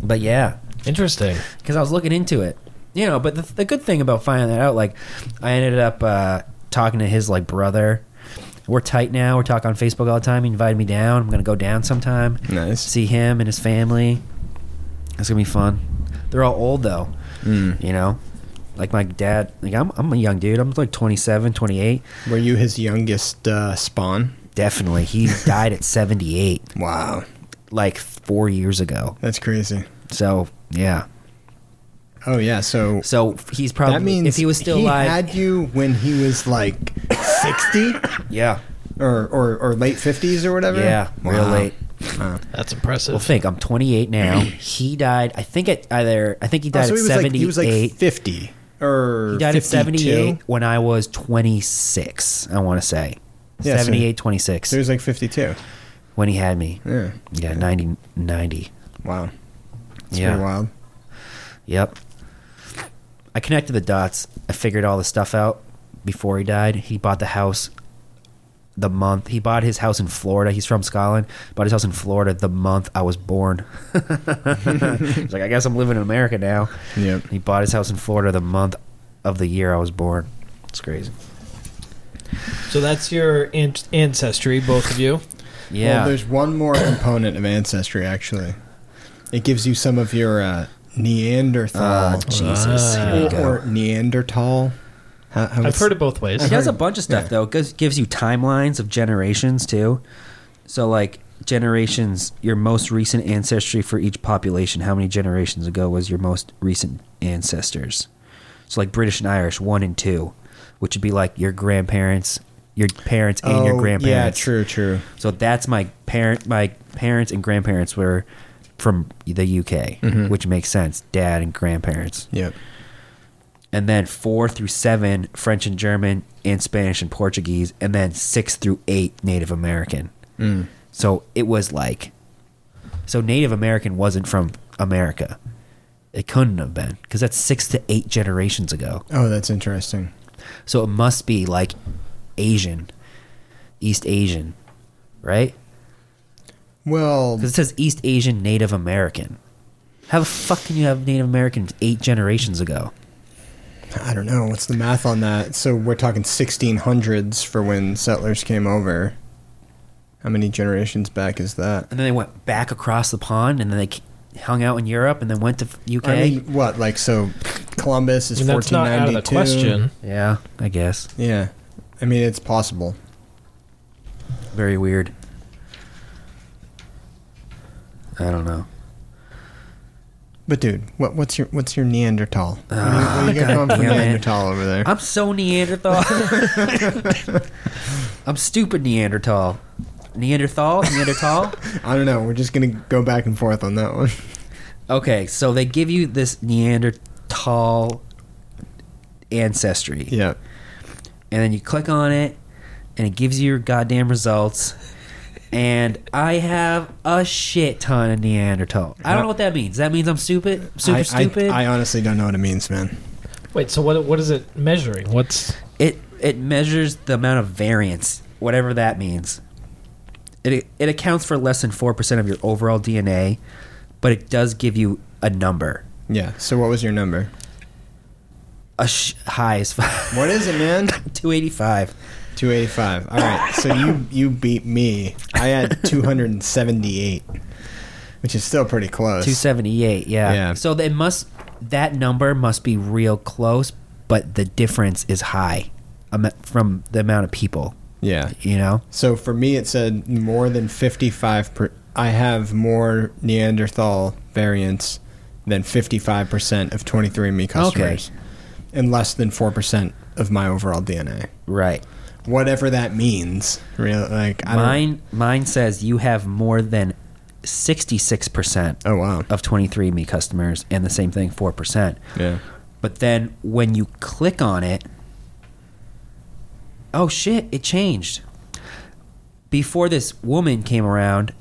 A: but yeah,
B: Interesting.
A: because I was looking into it. You know, but the, the good thing about finding that out, like, I ended up uh, talking to his like brother. We're tight now. We're talking on Facebook all the time. He invited me down. I'm gonna go down sometime.
C: Nice.
A: See him and his family. It's gonna be fun. They're all old though.
C: Hmm.
A: You know, like my dad. Like I'm, I'm a young dude. I'm like 27, 28.
C: Were you his youngest uh, spawn?
A: Definitely. He died at 78,
C: Wow,
A: like four years ago.
C: that's crazy.
A: So yeah.
C: Oh yeah, so
A: So he's probably
C: that means
A: if he was still
C: he
A: alive.
C: had you when he was like sixty
A: yeah.
C: or, or or late fifties or whatever.
A: Yeah. Real
C: Wow.
A: late.
C: Wow. Oh,
B: That's impressive.
A: Well, think I'm 28 now. he died. I think at either. I think he
C: Oh,
A: died
C: so
A: at
C: he was
A: 78.
C: like he was like fifty or
A: He died
C: 52.
A: at 78 when I was 26. I want to say
C: Yeah, so-
A: 78, 26
C: So he was like fifty-two.
A: when he had me.
C: Yeah.
A: Yeah, 90, 90.
C: Wow. That's
A: Yeah.
C: pretty wild.
A: Yep. I connected the dots. I figured all the stuff out before he died. He bought the house the month he bought his house in Florida. He's from Scotland. Bought his house in Florida the month I was born. He's like, I guess I'm living in America now.
C: Yep.
A: He bought his house in Florida the month of the year I was born. It's crazy.
B: So that's your an- ancestry, both of you.
A: Yeah.
C: Well, there's one more component of ancestry actually. It gives you some of your uh, Neanderthal
A: Ah, Jesus. Here we
C: or,
A: go.
C: or Neanderthal. How, how
B: I've
C: it's-
B: heard it both ways.
A: He does a bunch of stuff
C: yeah.
A: though. It gives, gives you timelines of generations too. So like generations, your most recent ancestry for each population. How many generations ago was your most recent ancestors? So like British and Irish, one and two, which would be like your grandparents, your parents, and your
C: Oh,
A: grandparents.
C: Yeah, true, true.
A: So that's my parent. My parents and grandparents were from the UK, which makes sense. Dad and grandparents
C: Yep.
A: and then four through seven French and German and Spanish and Portuguese, and then six through eight Native American.
C: Mm.
A: So it was like, so Native American wasn't from America. It couldn't have been because that's six to eight generations ago.
C: Oh, that's interesting.
A: So it must be like Asian, East Asian, right?
C: Well,
A: Because it says East Asian Native American. How the fuck can you have Native Americans eight generations ago?
C: I don't know. What's the math on that? So we're talking 1600s for when settlers came over. How many generations back is that?
A: and then they went back across the pond, and then they c- hung out in Europe, and then went to f- UK.
C: I mean, what? Like, so Columbus is
B: And that's not out of
C: 1492.
B: the question.
A: yeah, I guess
C: Yeah. I mean, it's possible.
A: very weird. I don't know.
C: But dude, what, what's your what's your Neanderthal? What do you- what do
B: Ah,
C: you got going for
A: damn it.
C: Neanderthal over there?
A: I'm so Neanderthal. I'm stupid Neanderthal. Neanderthal,
B: Uh,
A: Neanderthal.
C: I don't know. We're just gonna go back and forth on that one.
A: okay, so they give you this Neanderthal ancestry.
C: yeah.
A: and then you click on it and it gives you your goddamn results and i have a shit ton of neanderthal i don't know what that means that means i'm stupid super
C: I, I-
A: stupid
C: I, honestly don't know what it means, man.
B: Wait, so what? What is it measuring? What's
A: it it measures the amount of variance whatever that means it it accounts for less than 4% of your overall dna but it does give you a number
C: Yeah. So what was your number?
A: a sh- high as fuck
C: What is it, man?
A: 285
C: Two eighty five. All right. So you you beat me. I had two hundred and seventy eight, which is still pretty close.
A: 278 yeah.
C: Yeah.
A: so they must that number must be real close but the difference is high amo- from the amount of people
C: yeah.
A: you know
C: So for me, it said more than fifty five. per I have more Neanderthal variants than fifty five percent of twenty three andme customers, and less than four percent of my overall DNA.
A: right
C: Whatever that means, really. Like I
A: mine mine says you have more than 66%
C: Don't, oh wow.
A: of 23andme customers and the same thing 4%
C: Yeah.
A: but then when you click on it oh shit it changed before this woman came around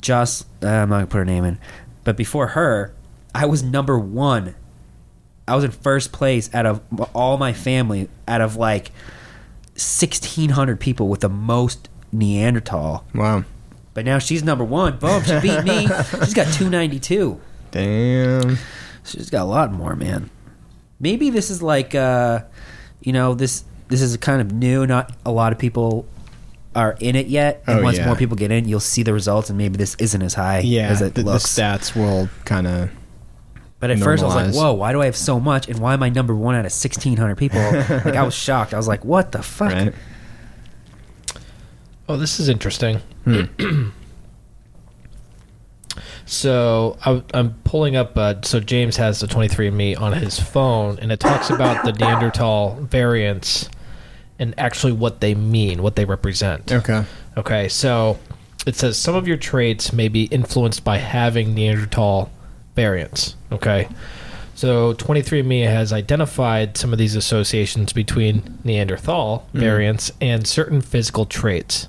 A: Joss, uh, I'm not gonna put her name in, but before her, I was number one. I was in first place out of m- all my family, out of like 1,600 people with the most Neanderthal.
C: Wow.
A: But now she's number one. Boom, she beat me. She's got 292.
C: Damn.
A: She's got a lot more, man. Maybe this is like, uh, you know, this this is kind of new. Not a lot of people are in it yet. And
C: Oh,
A: once
C: yeah.
A: more people get in, you'll see the results, and maybe this isn't as high
C: Yeah.
A: as it
C: the, the
A: looks.
C: stats will kind of.
A: but at first, I was like,
C: normalize.
A: "Whoa, why do I have so much? And why am I number one out of sixteen hundred people?" like I was shocked. I was like, "What the fuck?"
C: Right.
B: oh, this is interesting. Hmm. so I, I'm pulling up. Uh, so James has the 23andMe on his phone, and it talks about the Neanderthal variants and actually what they mean, what they represent.
C: Okay.
B: Okay, so it says some of your traits may be influenced by having Neanderthal variants. Okay, so 23andMe has identified some of these associations between Neanderthal variants and certain physical traits.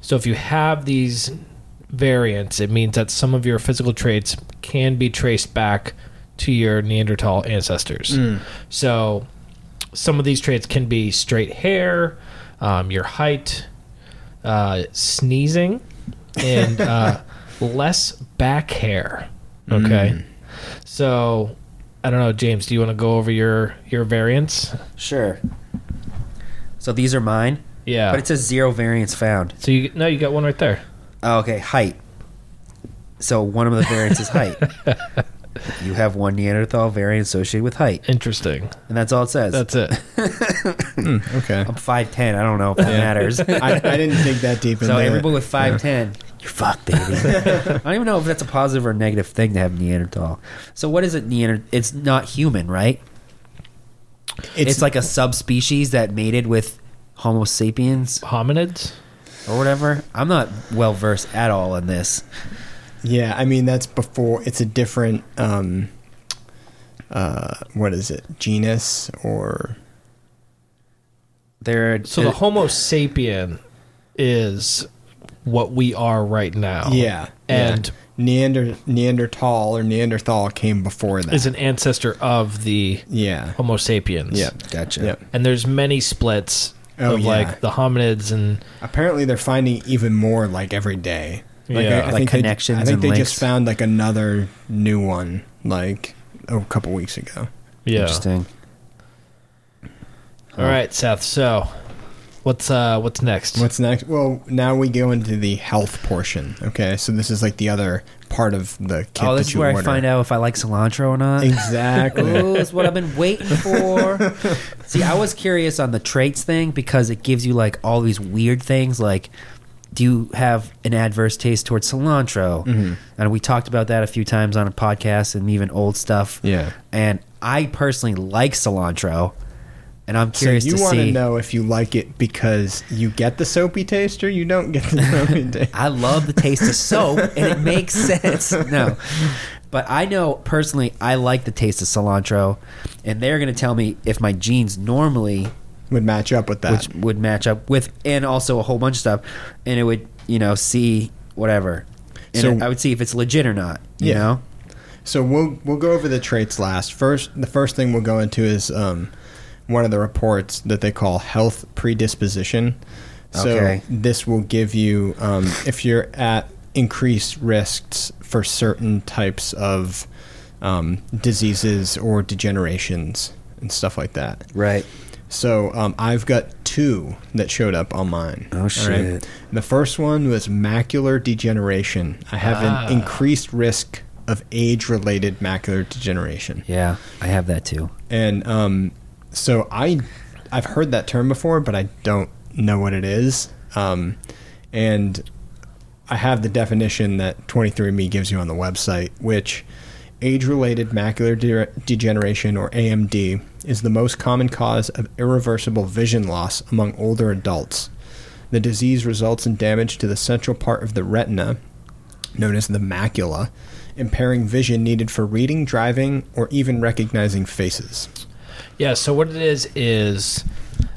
B: So if you have these variants, it means that some of your physical traits can be traced back to your Neanderthal ancestors. So some of these traits can be straight hair, um, your height, uh, sneezing, and uh, less back hair. Okay.
C: Mm.
B: So I don't know, James. Do you want to go over your your variants?
A: Sure. So these are mine,
B: Yeah.
A: but it says zero variance found.
B: so you no, you got one right there.
A: Oh, okay, height. So one of the variants is height. You have one Neanderthal variant associated with height,
B: Interesting.
A: and that's all it says.
B: That's it.
C: Okay.
A: I'm five ten. I don't know if that
C: Yeah.
A: matters.
C: I, I didn't dig that deep into
A: So
C: it.
A: everybody with five ten, you're fucked, baby. I don't even know if that's a positive or negative thing to have Neanderthal. So what is it? Neander? It's not human, right? It's, like a subspecies that mated with Homo sapiens
B: Hominids.
A: or whatever. I'm not well versed at all in this.
C: Yeah, I mean that's before it's a different um uh what is it? genus or
A: There,
B: So the Homo sapien is what we are right now.
A: Oh.
C: yeah.
B: And
C: yeah. Neander Neanderthal or Neanderthal came before that.
B: is an ancestor of the
C: yeah.
B: Homo sapiens.
C: Yeah.
A: Oh, gotcha.
C: Yeah.
B: And there's many splits
C: Oh,
B: of
C: yeah.
B: like the hominids and
C: Apparently they're finding even more like every day. Like,
B: Yeah.
C: I, I
A: Like
C: think they-
A: connections
C: I think
A: and
C: they
A: links.
C: just found like another new one like a couple weeks ago.
B: yeah.
A: Interesting.
B: All right, Seth. So what's uh what's next?
C: What's next? Well, now we go into the health portion. Okay, so this is like the other part of the kit
A: oh, this
C: that
A: is
C: you
A: where I
C: order.
A: find out if I like cilantro or not.
C: Exactly.
A: Ooh, it's what I've been waiting for. See, I was curious on the traits thing because it gives you like all these weird things. Like, do you have an adverse taste towards cilantro?
C: Mm-hmm.
A: And we talked about that a few times on a podcast and even old stuff.
C: Yeah.
A: And I personally like cilantro, and I'm
C: So
A: curious
C: you
A: to
C: want
A: see.
C: to know if you like it because you get the soapy taste or you don't get the soapy taste.
A: I love the taste of soap, and it makes sense. No, but I know personally, I like the taste of cilantro, and they're going to tell me if my genes normally
C: Would match up with that.
A: which would match up with and also a whole bunch of stuff and it would you know see whatever and
C: So-
A: i would see if it's legit or not you
C: Yeah.
A: know
C: so we'll we'll go over the traits last. First, the first thing we'll go into is um, one of the reports that they call health predisposition. So
A: Okay.
C: this will give you um, if you're at increased risks for certain types of um, diseases or degenerations and stuff like that.
A: right
C: So um, I've got two that showed up on mine.
A: Oh,
C: All right?
A: shit.
C: The first one was macular degeneration. I have
B: Ah.
C: an increased risk of age-related macular degeneration,
A: yeah i have that too
C: and um, so I, I've heard that term before, but I don't know what it is. Um, and I have the definition that 23andMe gives you on the website, which age related macular de- degeneration, or AMD, is the most common cause of irreversible vision loss among older adults. The disease results in damage to the central part of the retina, known as the macula, impairing vision needed for reading, driving, or even recognizing faces.
B: Yeah, so what it is is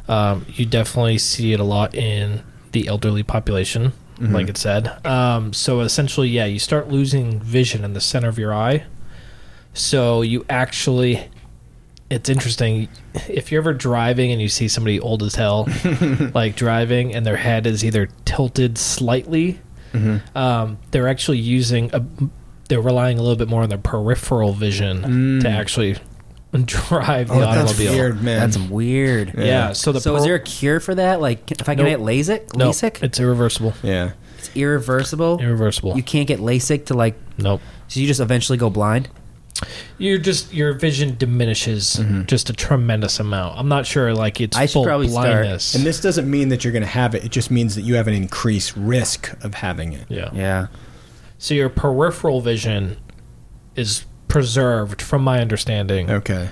B: um, you definitely see it a lot in the elderly population, like it said. Um, so essentially, yeah, you start losing vision in the center of your eye. So you actually, it's interesting. If you're ever driving and you see somebody old as hell, like driving, and their head is either tilted slightly, um, they're actually using a, they're relying a little bit more on their peripheral vision to actually drive the automobile.
C: weird, man.
A: that's weird
B: Yeah. So the
A: so is
B: pro-
A: there a cure for that like if i can get
B: Nope.
A: lasik
B: no,
A: lasik
B: it's irreversible.
C: yeah.
A: it's irreversible
B: Irreversible.
A: you can't get lasik to like
B: nope.
A: so you just eventually go blind
B: You're just your vision diminishes
C: Mm-hmm.
B: just a tremendous amount. I'm not sure like it's
A: I should
B: full
A: probably start-
B: blindness.
C: And this doesn't mean that you're going to have it. It just means that you have an increased risk of having it.
B: yeah.
A: yeah
B: So your peripheral vision is preserved from my understanding,
C: Okay.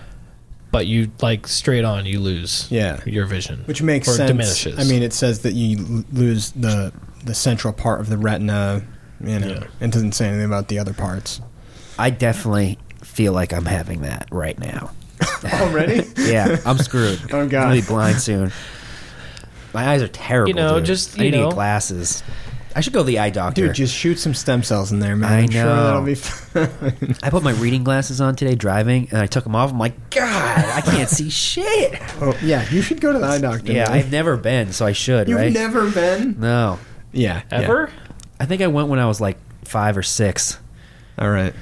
B: but you like straight on you lose
C: Yeah.
B: your vision.
C: Which makes
B: or
C: sense.
B: diminishes.
C: I mean, it says that you l- lose the the central part of the retina. You know,
B: Yeah.
C: it doesn't say anything about the other parts.
A: i definitely feel like i'm having that right now
C: Already?
A: yeah i'm screwed
C: oh
A: I'm gonna
C: god.
A: be blind soon. My eyes are terrible.
B: You know,
A: dude.
B: just,
A: I
B: you
A: need to
B: know.
A: get glasses. I should go to the eye doctor.
C: Dude, just shoot some stem cells in there, man.
A: I
C: I'm sure
A: know.
C: that'll be fine.
A: I put my reading glasses on today driving, and I took them off. I'm like, God, I can't see shit.
C: oh, yeah, you should go to the eye doctor.
A: Yeah,
C: man.
A: I've never been, so I should,
C: You've
A: right?
C: never been.
A: no,
C: Yeah. yeah.
B: Ever?
A: I think I went when I was like five or six,
C: All right.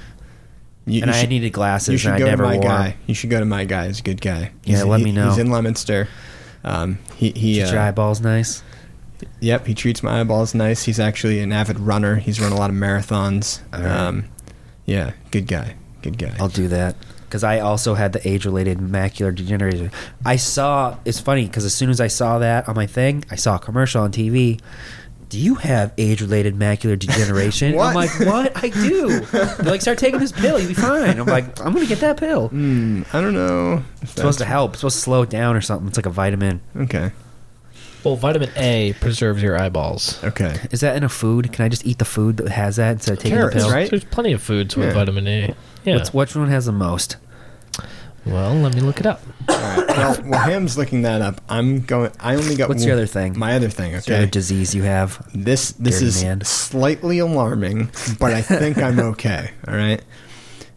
C: You,
A: and
C: you
A: I
C: should,
A: needed
C: you
A: glasses,
C: should
A: and I
C: go to
A: never
C: my
A: wore. 'em.
C: guy. You should go to my guy. He's a good guy.
A: Yeah,
C: He's-
A: let
C: he-
A: me know.
C: He's in Leominster. Um, he he.
A: Get your
C: uh,
A: eyeballs nice.
C: Yep, he treats my eyeballs nice. He's actually an avid runner. He's run a lot of marathons.
A: Alright.
C: Um, yeah, good guy. Good guy.
A: I'll do that because I also had the age-related macular degeneration. I saw it's funny because as soon as I saw that on my thing, I saw a commercial on TV. Do you have age-related macular degeneration?
C: What?
A: I'm like, what? I do. They're like, start taking this pill, you'll be fine. I'm like, I'm gonna get that pill. It's
C: Hmm, I don't know. if
A: supposed to
C: that's-
A: help. It's supposed to slow it down or something. It's like a vitamin.
C: Okay.
B: Well, vitamin A preserves your eyeballs.
C: Okay.
A: Is that in a food? Can I just eat the food that has that instead of taking
C: Carrots,
A: the pill?
C: right?
B: There's plenty of foods
C: Yeah.
B: with vitamin A. Yeah.
A: What's, which one has the most?
B: well, let me look it up.
C: All right. Well, well, Ham's looking that up. I'm going. I only got.
A: What's your other thing?
C: My other thing.
A: Is there
C: Okay.
A: other disease you have?
C: This this
A: Dirty
C: is
A: man.
C: slightly alarming, but I think I'm okay. All right.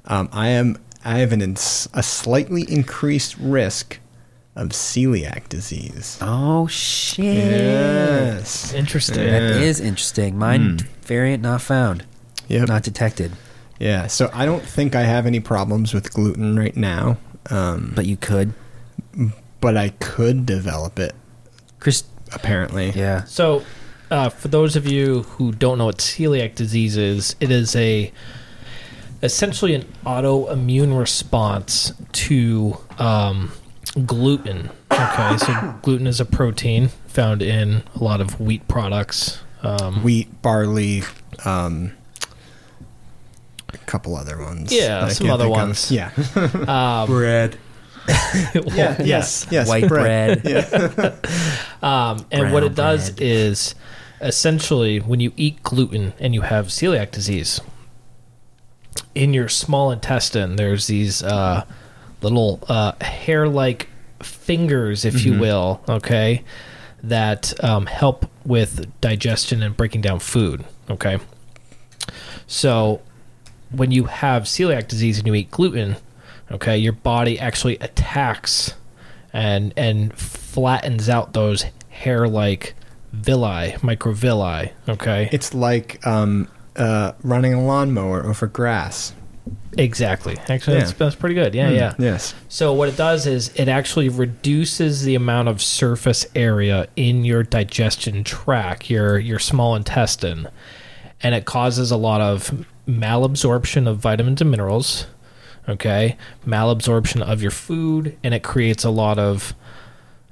C: Um, I am. I have an ins- a slightly increased risk of celiac disease.
A: Oh shit!
C: Yes.
B: Interesting.
A: That is
C: Yeah. Hmm.
A: interesting. Mine variant not found,
C: Yep.
A: not detected.
C: Yeah, so I don't think I have any problems with gluten right now, um,
A: But you could,
C: but I could develop it
A: Chris.
C: apparently.
A: Yeah,
B: So, uh, for those of you who don't know what celiac disease is, it is a essentially an autoimmune response to um, gluten. Okay, so gluten is a protein found in a lot of wheat products. Um,
C: Wheat, barley, um, a couple other ones.
B: Yeah,
C: that I
B: some
C: can't
B: other
C: think of.
B: ones.
C: Yeah.
B: Uh,
A: bread.
B: well,
C: yes. Yes.
A: White bread.
B: Um, and what
A: Brown
B: it does
A: bread.
B: is essentially when you eat gluten and you have celiac disease, in your small intestine, there's these uh, little uh, hair like fingers, if
A: Mm-hmm.
B: you will, okay, that um, help with digestion and breaking down food, okay? So when you have celiac disease and you eat gluten, okay, your body actually attacks and and flattens out those hair-like villi, microvilli, okay?
C: It's like um, uh, running a lawnmower over grass. Mm.
B: exactly. Actually, that's,
C: Yeah. Hmm.
B: that's pretty good. Yeah, yeah.
C: Yes.
B: So what it does is it actually reduces the amount of surface area in your digestion tract, your your small intestine, and it causes a lot of malabsorption of vitamins and minerals. Okay, malabsorption of your food, and it creates a lot of,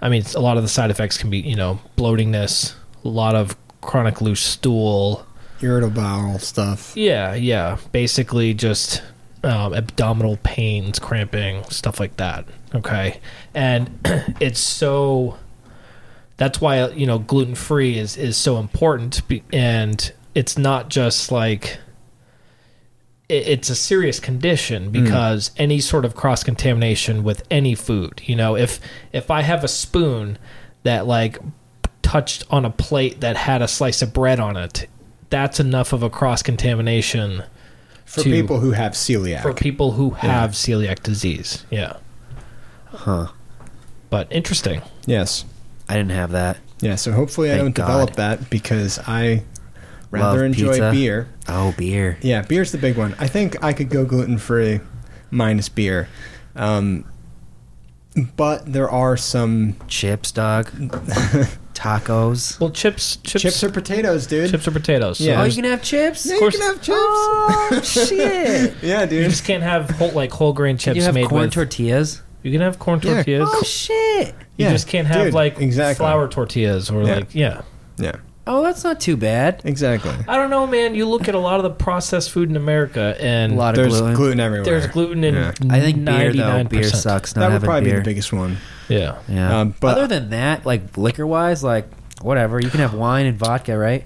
B: I mean, a lot of the side effects can be you know bloatingness, a lot of chronic loose stool,
C: Irritable bowel stuff.
B: yeah, yeah. Basically, just um, abdominal pains, cramping, stuff like that. Okay, and it's so. That's why you know gluten free is is so important, be- and it's not just like. it- It's a serious condition because any sort of cross contamination with any food, you know, if if I have a spoon that like touched on a plate that had a slice of bread on it, that's enough of a cross contamination
C: For
B: to-
C: people who have celiac.
B: for people who have celiac disease. Yeah.
A: Huh.
B: But interesting.
C: yes.
A: I didn't have that.
C: Yeah, so hopefully I
A: Thank
C: don't develop
A: God.
C: that because I rather
A: Love
C: enjoy
A: pizza.
C: beer.
A: Oh, beer.
C: Yeah, beer's the big one. I think I could go gluten free minus beer. Um, but there are some
A: Chips, dog. Tacos.
B: Well, chips, chips,
C: chips or potatoes, dude.
B: chips or potatoes. So
C: Yeah.
A: Oh,
B: there's-
A: you can have chips.
C: yeah, you can have chips.
A: Oh shit!
C: yeah,
B: you
C: dude.
B: just can't have whole, like whole grain chips
A: you have
B: made
A: corn
B: with.
A: tortillas.
B: you can have corn
C: Yeah.
B: tortillas.
A: Oh shit!
B: You
C: Yeah,
B: just can't have
C: dude,
B: like
C: exactly.
B: flour tortillas or
C: Yeah.
B: like yeah.
C: Yeah,
A: Oh, that's not too bad.
C: exactly.
B: I don't know, man. You look at a lot of the processed food in America, and
A: A lot of
C: There's
A: gluten.
C: gluten, everywhere.
B: there's gluten in.
C: Yeah.
A: I think beer
B: 99%.
A: though. Beer sucks. Not
C: that would
A: having
C: probably
A: beer.
C: be the biggest one.
B: Yeah.
A: Yeah.
C: Um, but-
A: other than that, like liquor wise, like whatever, you can have wine and vodka, right?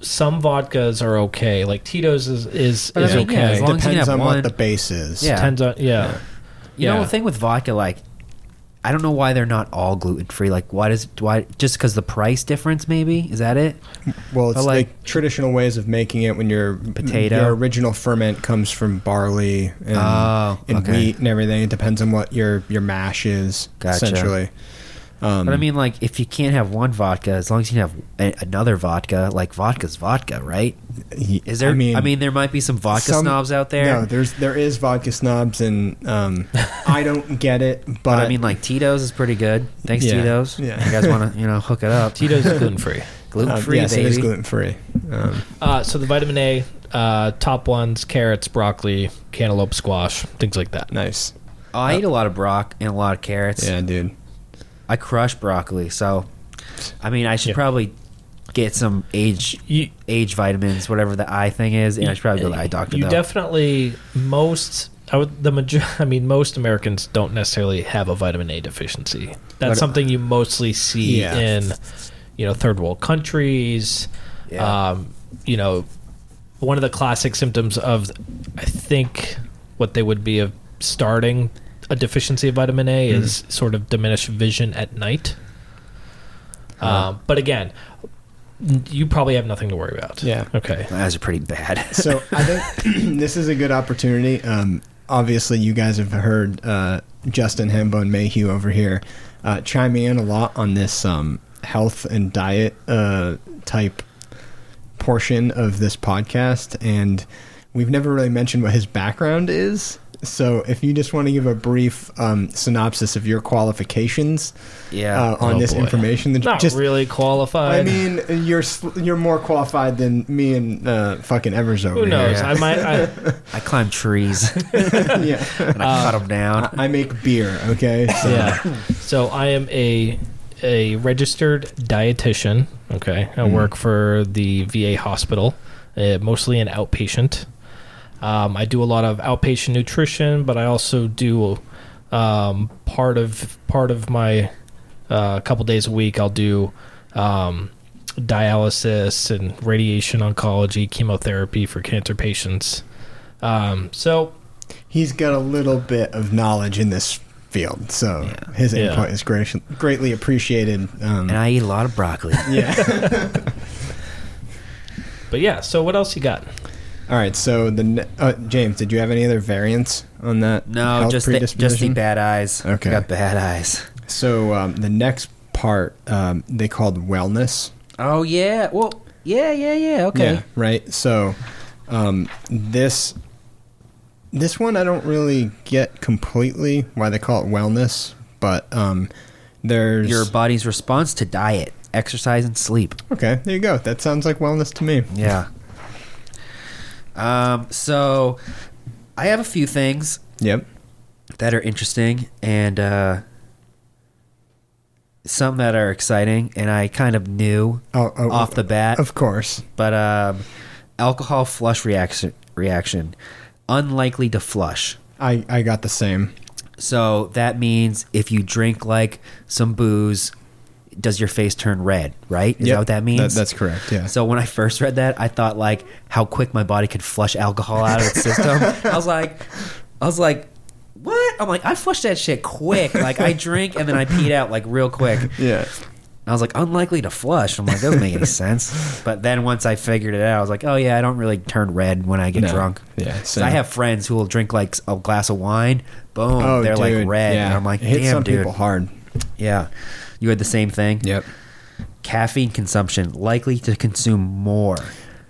B: Some vodkas are okay. Like Tito's is is,
A: But I
B: is
A: mean,
B: okay.
A: yeah, as long as you
C: Depends
A: have
C: on
A: one-
C: what the base is.
A: Yeah.
B: Depends on yeah.
A: You know
B: Yeah.
A: the thing with vodka, like I don't know why they're not all gluten free. Like, why does why just because the price difference? Maybe is that it?
C: Well, it's
A: But,
C: like,
A: like-
C: traditional ways of making it when your
A: Potato?
C: your original ferment comes from barley and,
A: Oh,
C: and
A: okay.
C: wheat and everything. It depends on what your your mash is
A: Gotcha.
C: essentially. Um,
A: But I mean, like, if you can't have one vodka, as long as you can have a- another vodka, like vodka's vodka, right?
C: y-
A: Is there? I mean, there might be some vodka
C: some-
A: snobs out there.
C: No, there's there is vodka snobs, and um, I don't get it. But,
A: but I mean, like Tito's is pretty good. Thanks,
C: Yeah.
A: Tito's.
C: Yeah.
A: you guys want to, you know, hook it up.
B: Tito's gluten free.
A: gluten
C: um,
A: free,
C: yes, it
A: baby.
C: is gluten free. Um,
B: Uh, so the vitamin A, uh, top ones: carrots, broccoli, cantaloupe squash, things like that.
C: nice.
A: Oh,
C: uh,
A: I eat a lot of brock and a lot of carrots.
C: Yeah, dude.
A: I crush broccoli, so I mean, I should
B: Yeah.
A: probably get some age
B: You,
A: age vitamins, whatever the eye thing is, and I should probably go to the eye doctor.
B: You
A: though.
B: definitely most. I would, the major, I mean, most Americans don't necessarily have a vitamin A deficiency. That's
A: But- uh,
B: something you mostly see
C: Yeah.
B: in, you know, third world countries.
A: Yeah.
B: Um, you know, one of the classic symptoms of, I think, what they would be of starting a deficiency of vitamin A
A: Mm-hmm.
B: is sort of diminished vision at night. Um, but again, you probably have nothing to worry about.
C: Yeah.
B: Okay.
A: Eyes are pretty bad.
C: So I think this is a good opportunity. Um, obviously, you guys have heard uh, Justin Hambone Mayhew over here uh, chiming in a lot on this um, health and diet uh, type portion of this podcast, and we've never really mentioned what his background is. So, if you just want to give a brief um, synopsis of your qualifications
A: Yeah.
C: uh, on
B: Oh,
C: this
B: boy.
C: information, that
B: Not
C: just
B: really
C: I
B: qualified.
C: mean, you're sl- you're more qualified than me and uh, fucking Evers over
B: who knows?
A: Yeah.
B: I might. I,
A: I climb trees
C: here. yeah.
A: and I cut 'em cut them down.
C: I make beer, okay? So,
B: yeah. So I am a a registered dietitian. Okay, I work for the VA hospital, uh, mostly an outpatient. Um, I do a lot of outpatient nutrition, but I also do um, part of part of my uh, a couple days a week. I'll do um, dialysis and radiation oncology, chemotherapy for cancer patients. Um, so
C: He's got a little bit of knowledge in this field, so his
B: Yeah.
C: input is great, greatly appreciated. Um,
A: And I eat a lot of broccoli.
C: yeah.
B: But yeah, so what else you got?
C: All right. So the ne- uh, James, did you have any other variants on that?
A: No,
C: health
A: just the, just the
C: predisposition?
A: bad eyes.
C: Okay.
A: Got bad eyes.
C: So um, the next part um, they called wellness.
A: Oh yeah. Well, yeah, yeah, yeah. Okay.
C: Yeah, right. So um, this this one I don't really get completely why they call it wellness, but um, there's
A: Your body's response to diet, exercise, and sleep.
C: Okay, there you go. That sounds like wellness to me.
A: Yeah. Um. So, I have a few things
C: Yep.
A: that are interesting and uh, some that are exciting, and I kind of knew
C: Oh, oh,
A: off the bat.
C: Of course.
A: but um, alcohol flush reaction reaction unlikely to flush.
C: I, I got the same.
A: So that means if you drink like some booze, does your face turn red? Right? Is
C: Yep.
A: that what that means?
C: that's correct. Yeah.
A: So when I first read that, I thought like how quick my body could flush alcohol out of its system. I was like, I was like, what? I'm like, I flush that shit quick. Like I drink and then I pee it out like real quick.
C: yeah.
A: I was like, unlikely to flush. I'm like, doesn't make any sense. But then once I figured it out, I was like, oh yeah, I don't really turn red when I get
C: No.
A: drunk.
C: Yeah,
A: 'Cause
C: same.
A: I have friends who will drink like a glass of wine, boom,
C: Oh,
A: they're
C: dude,
A: like red,
C: yeah.
A: and I'm like,
C: It hits
A: damn,
C: some
A: dude,
C: people hard.
A: yeah. You had the same thing.
C: Yep.
A: Caffeine consumption likely to consume more.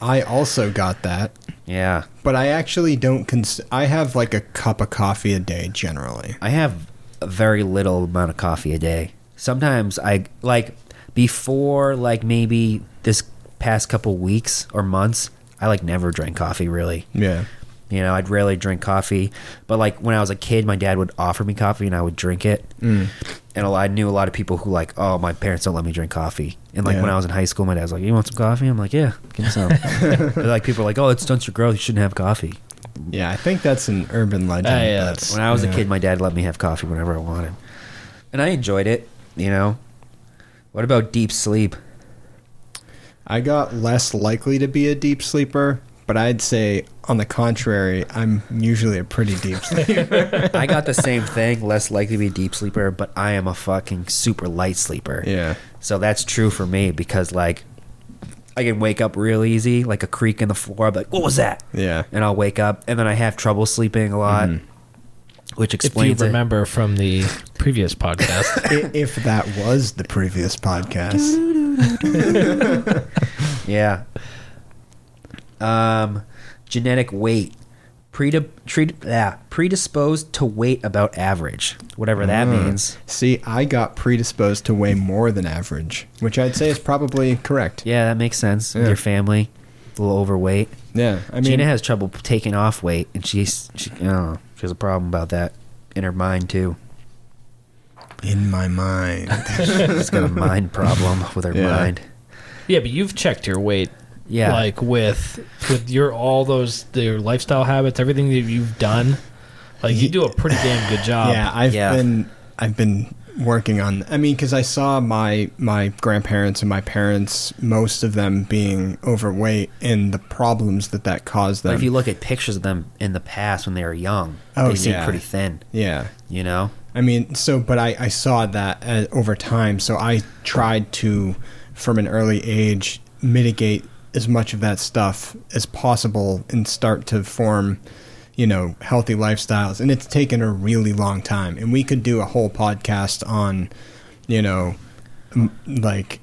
C: I also got that,
A: Yeah,
C: but I actually don't. Cons- I have like a cup of coffee a day generally.
A: I have a very little amount of coffee a day. Sometimes I like before like maybe this past couple weeks or months, I like never drank coffee really.
C: Yeah.
A: You know, I'd rarely drink coffee, but like when I was a kid, my dad would offer me coffee and I would drink it. Mm. And a lot, I knew a lot of people who like, oh, my parents don't let me drink coffee. And like
C: Yeah.
A: when I was in high school, my dad was like, you want some coffee? I'm like, yeah, give me some. But, like people are like, oh, it stunts your growth. You shouldn't have coffee.
C: Yeah. I think that's an urban legend.
B: Ah, yeah,
C: but-
B: that's-
A: Uh, When I was
C: Yeah.
A: a kid, my dad let me have coffee whenever I wanted, and I enjoyed it. You know, what about deep sleep?
C: I got less likely to be a deep sleeper, but I'd say on the contrary, I'm usually a pretty deep sleeper.
A: I got the same thing. Less likely to be a deep sleeper, but I am a fucking super light sleeper.
C: yeah.
A: So that's true for me because like I can wake up real easy, like a creak in the floor. i be like, what was that?
C: Yeah.
A: And I'll wake up, and then I have trouble sleeping a lot,
C: Mm-hmm.
A: which
B: If you
A: explains it.
B: remember from the previous podcast,
C: I- if that was the previous podcast.
A: Yeah. Um, genetic weight. Predip- treat- ah, predisposed to weight about average, whatever that
C: Mm.
A: means.
C: See, I got predisposed to weigh more than average, which I'd say is probably correct.
A: Yeah, that makes sense.
C: Yeah.
A: Your family, a little overweight.
C: Yeah. I mean,
A: Gina has trouble p- taking off weight, and she's she, I don't know, she has a problem about that in her mind too.
C: in my mind.
A: She's got a mind problem with her
C: Yeah.
A: mind.
B: yeah, but you've checked your weight,
A: Yeah,
B: like with with your all those your lifestyle habits, everything that you've done. Like you do a pretty damn good job.
C: yeah, I've
A: yeah.
C: been I've been working on. I mean, because I saw my my grandparents and my parents, most of them being overweight, and the problems that that caused
A: But
C: them.
A: if you look at pictures of them in the past when they were young,
C: um, Oh,
A: they seem
C: yeah.
A: pretty thin.
C: yeah,
A: You know,
C: I mean, so but I I saw that uh over time, so I tried to from an early age mitigate as much of that stuff as possible and start to form you know healthy lifestyles and it's taken a really long time and we could do a whole podcast on you know m- like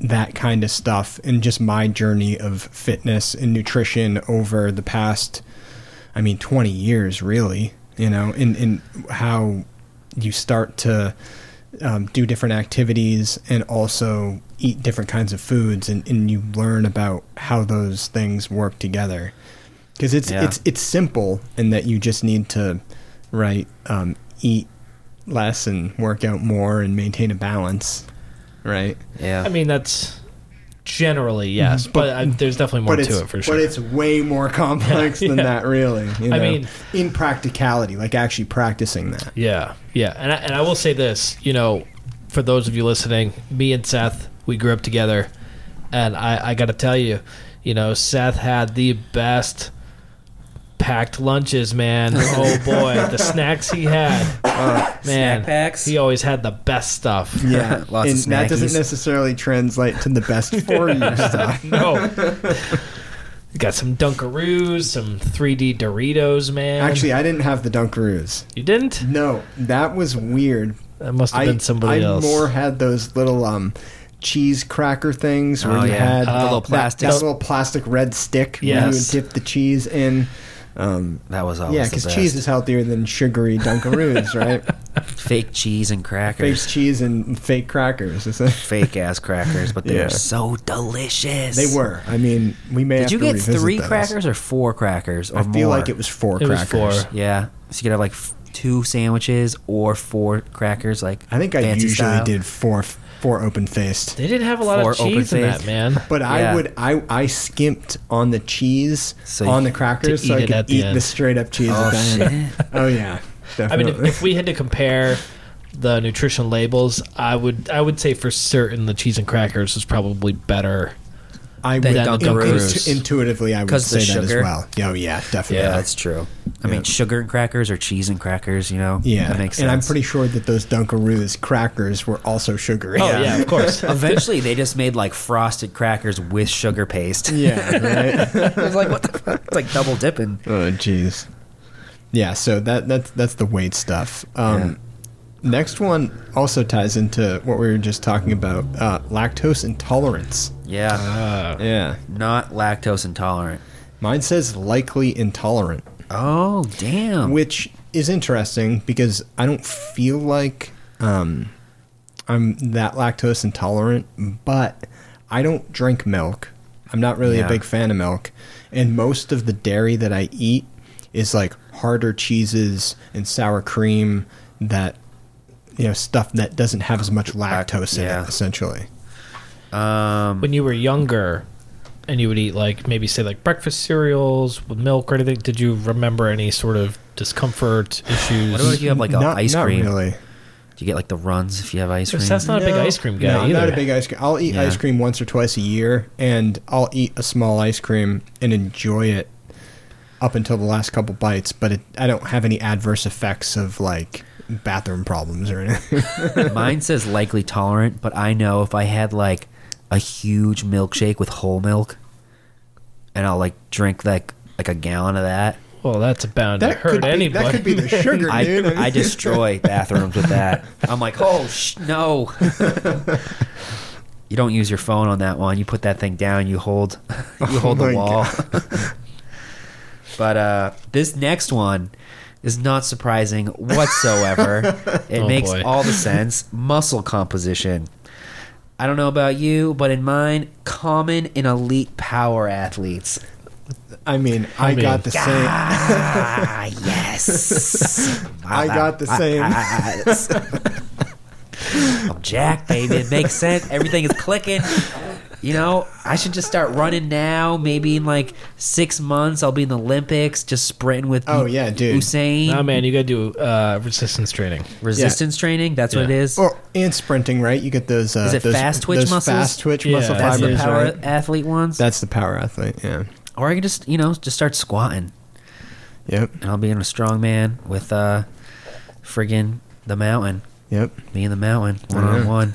C: that kind of stuff and just my journey of fitness and nutrition over the past i mean 20 years really you know and, and how you start to um, do different activities and also eat different kinds of foods and, and you learn about how those things work together because it's
A: Yeah.
C: it's it's simple in that you just need to right um, eat less and work out more and maintain a balance right
A: yeah.
B: I mean that's generally yes, but, I, there's definitely more
C: but it's,
B: to it for sure.
C: But it's way more complex than
B: Yeah.
C: that, really. you
B: I
C: know?
B: mean-
C: in practicality, like actually practicing that.
B: Yeah, yeah, and I, and I will say this, you know, for those of you listening, me and Seth, we grew up together, and I, I got to tell you, you know, Seth had the best packed lunches, man. oh boy, the snacks he had, man,
C: Uh,
A: snack packs.
B: he always had the best stuff.
A: Yeah, lots of
C: and that
A: snackies.
C: doesn't necessarily translate to the best for you stuff.
B: No. Got some Dunkaroos, some 3D Doritos, man.
C: Actually, I didn't have the Dunkaroos.
B: you didn't.
C: No, that was weird.
B: That must have
C: I,
B: been somebody
C: I
B: else.
C: more had those little um, cheese cracker things where
A: Oh,
C: you
A: yeah.
C: had
A: The little
C: that-
A: plastic-
C: that, little plastic red stick where you would
B: Yes.
C: dip the cheese in. Um,
A: that was always
C: yeah,
A: the
C: because
A: best.
C: cheese is healthier than sugary Dunkaroos, right?
A: fake cheese and
C: fake
A: crackers,
C: cheese and fake crackers. is it?
A: fake ass crackers, but they
C: Yeah.
A: were so delicious.
C: They were. I mean, we may. have
A: Did you
C: to
A: get
C: revisit
A: three
C: those.
A: crackers or four crackers or
C: I
A: more?
C: feel like it was four
B: It was
C: crackers.
B: four.
A: Yeah, so you could have like f- two sandwiches or four crackers. Like
C: I think I
A: fancy
C: usually
A: style.
C: did four four open faced.
B: They didn't have a lot
A: Four
B: of cheese in
A: open-faced.
B: that, man.
C: But I
A: Yeah.
C: would I I skimped on the cheese
A: So you-
C: on the
A: to
C: crackers so
B: eat
C: I
B: it
C: could
B: at the
C: eat the
B: end.
C: straight up cheese.
A: Oh,
C: at the end. oh yeah,
B: I mean, if,
C: definitely.
B: if we had to compare the nutrition labels, I would I would say for certain the cheese and crackers is probably better.
C: I would
A: They
C: intu-
A: Dunkaroos.
C: intuitively I would
A: 'Cause
C: say
A: the
C: that as
A: sugar.
C: well. Oh yeah, definitely.
A: Yeah, that's true. I
C: Yeah.
A: mean, sugar and crackers or cheese and crackers. You know,
C: Yeah,
A: that makes sense.
C: and I'm pretty sure that those Dunkaroos crackers were also sugary.
B: Oh yeah, of course.
A: Eventually, they just made like frosted crackers with sugar paste.
C: yeah, right.
A: it was like what the fuck? It's like double dipping.
C: Oh jeez. Yeah, so that that's that's the weight stuff. Um, Next one also ties into what we were just talking about: uh, lactose intolerance.
A: Yeah,
C: Ah.
B: Uh,
C: Yeah,
A: not lactose intolerant.
C: mine says likely intolerant,
A: Oh damn!
C: which is interesting because I don't feel like um, I'm that lactose intolerant, but I don't drink milk. I'm not really a
A: Yeah.
C: big fan of milk, and most of the dairy that I eat is like harder cheeses and sour cream that you know stuff that doesn't have as much lactose in
A: yeah.
C: it essentially.
A: um,
B: when you were younger, and you would eat like maybe say like breakfast cereals with milk or anything, did you remember any sort of discomfort issues?
A: what about if you have like a
C: not,
A: ice
C: not
A: cream?
C: really.
A: Do Do you get like the runs if you have ice cream?
B: That's not a big
C: No,
B: ice cream guy
C: no, I'm
B: either.
C: not a big ice cream. I'll eat
A: Yeah.
C: ice cream once or twice a year, and I'll eat a small ice cream and enjoy it up until the last couple bites. But it, I don't have any adverse effects of like bathroom problems or anything.
A: Mine says likely tolerant, but I know if I had like a huge milkshake with whole milk, and I'll like drink like like a gallon of that,
B: well, that's bound to hurt
C: could be,
B: anybody.
C: that could be the sugar,
A: I
C: dude. mean,
A: I destroy bathrooms with that. I'm like, oh sh- no. you don't use your phone on that one. You put that thing down. You hold you
C: Oh
A: hold
C: my
A: the wall. but uh, this next one is not surprising whatsoever. it
B: Oh,
A: makes
B: boy.
A: all the sense. Muscle composition. I don't know about you, but in mine, common in elite power athletes.
C: I mean, I
B: mean,
C: got the same.
A: Ah, yes.
C: I got the same.
A: I'm Jack, baby. It makes sense. Everything is clicking. You know, I should just start running now. Maybe in like six months, I'll be in the Olympics, just sprinting with
C: Oh, yeah, dude.
A: Usain.
B: Nah, man, you got to do uh, resistance training.
A: Resistance training. That's what it
B: Yeah.
A: is.
C: Or and sprinting, right? You get those. Uh,
A: Is it
C: those,
A: fast twitch
C: those
A: muscles?
C: Fast twitch
B: Yeah.
C: muscle
A: That's the
C: fibers.
A: power
C: right?
A: athlete ones.
C: That's the power athlete. Yeah.
A: or I can just, you know, just start squatting.
C: Yep.
A: And I'll be in a strong man with uh, friggin' the mountain.
C: Yep.
A: Me and the mountain,
B: Oh,
A: one on one.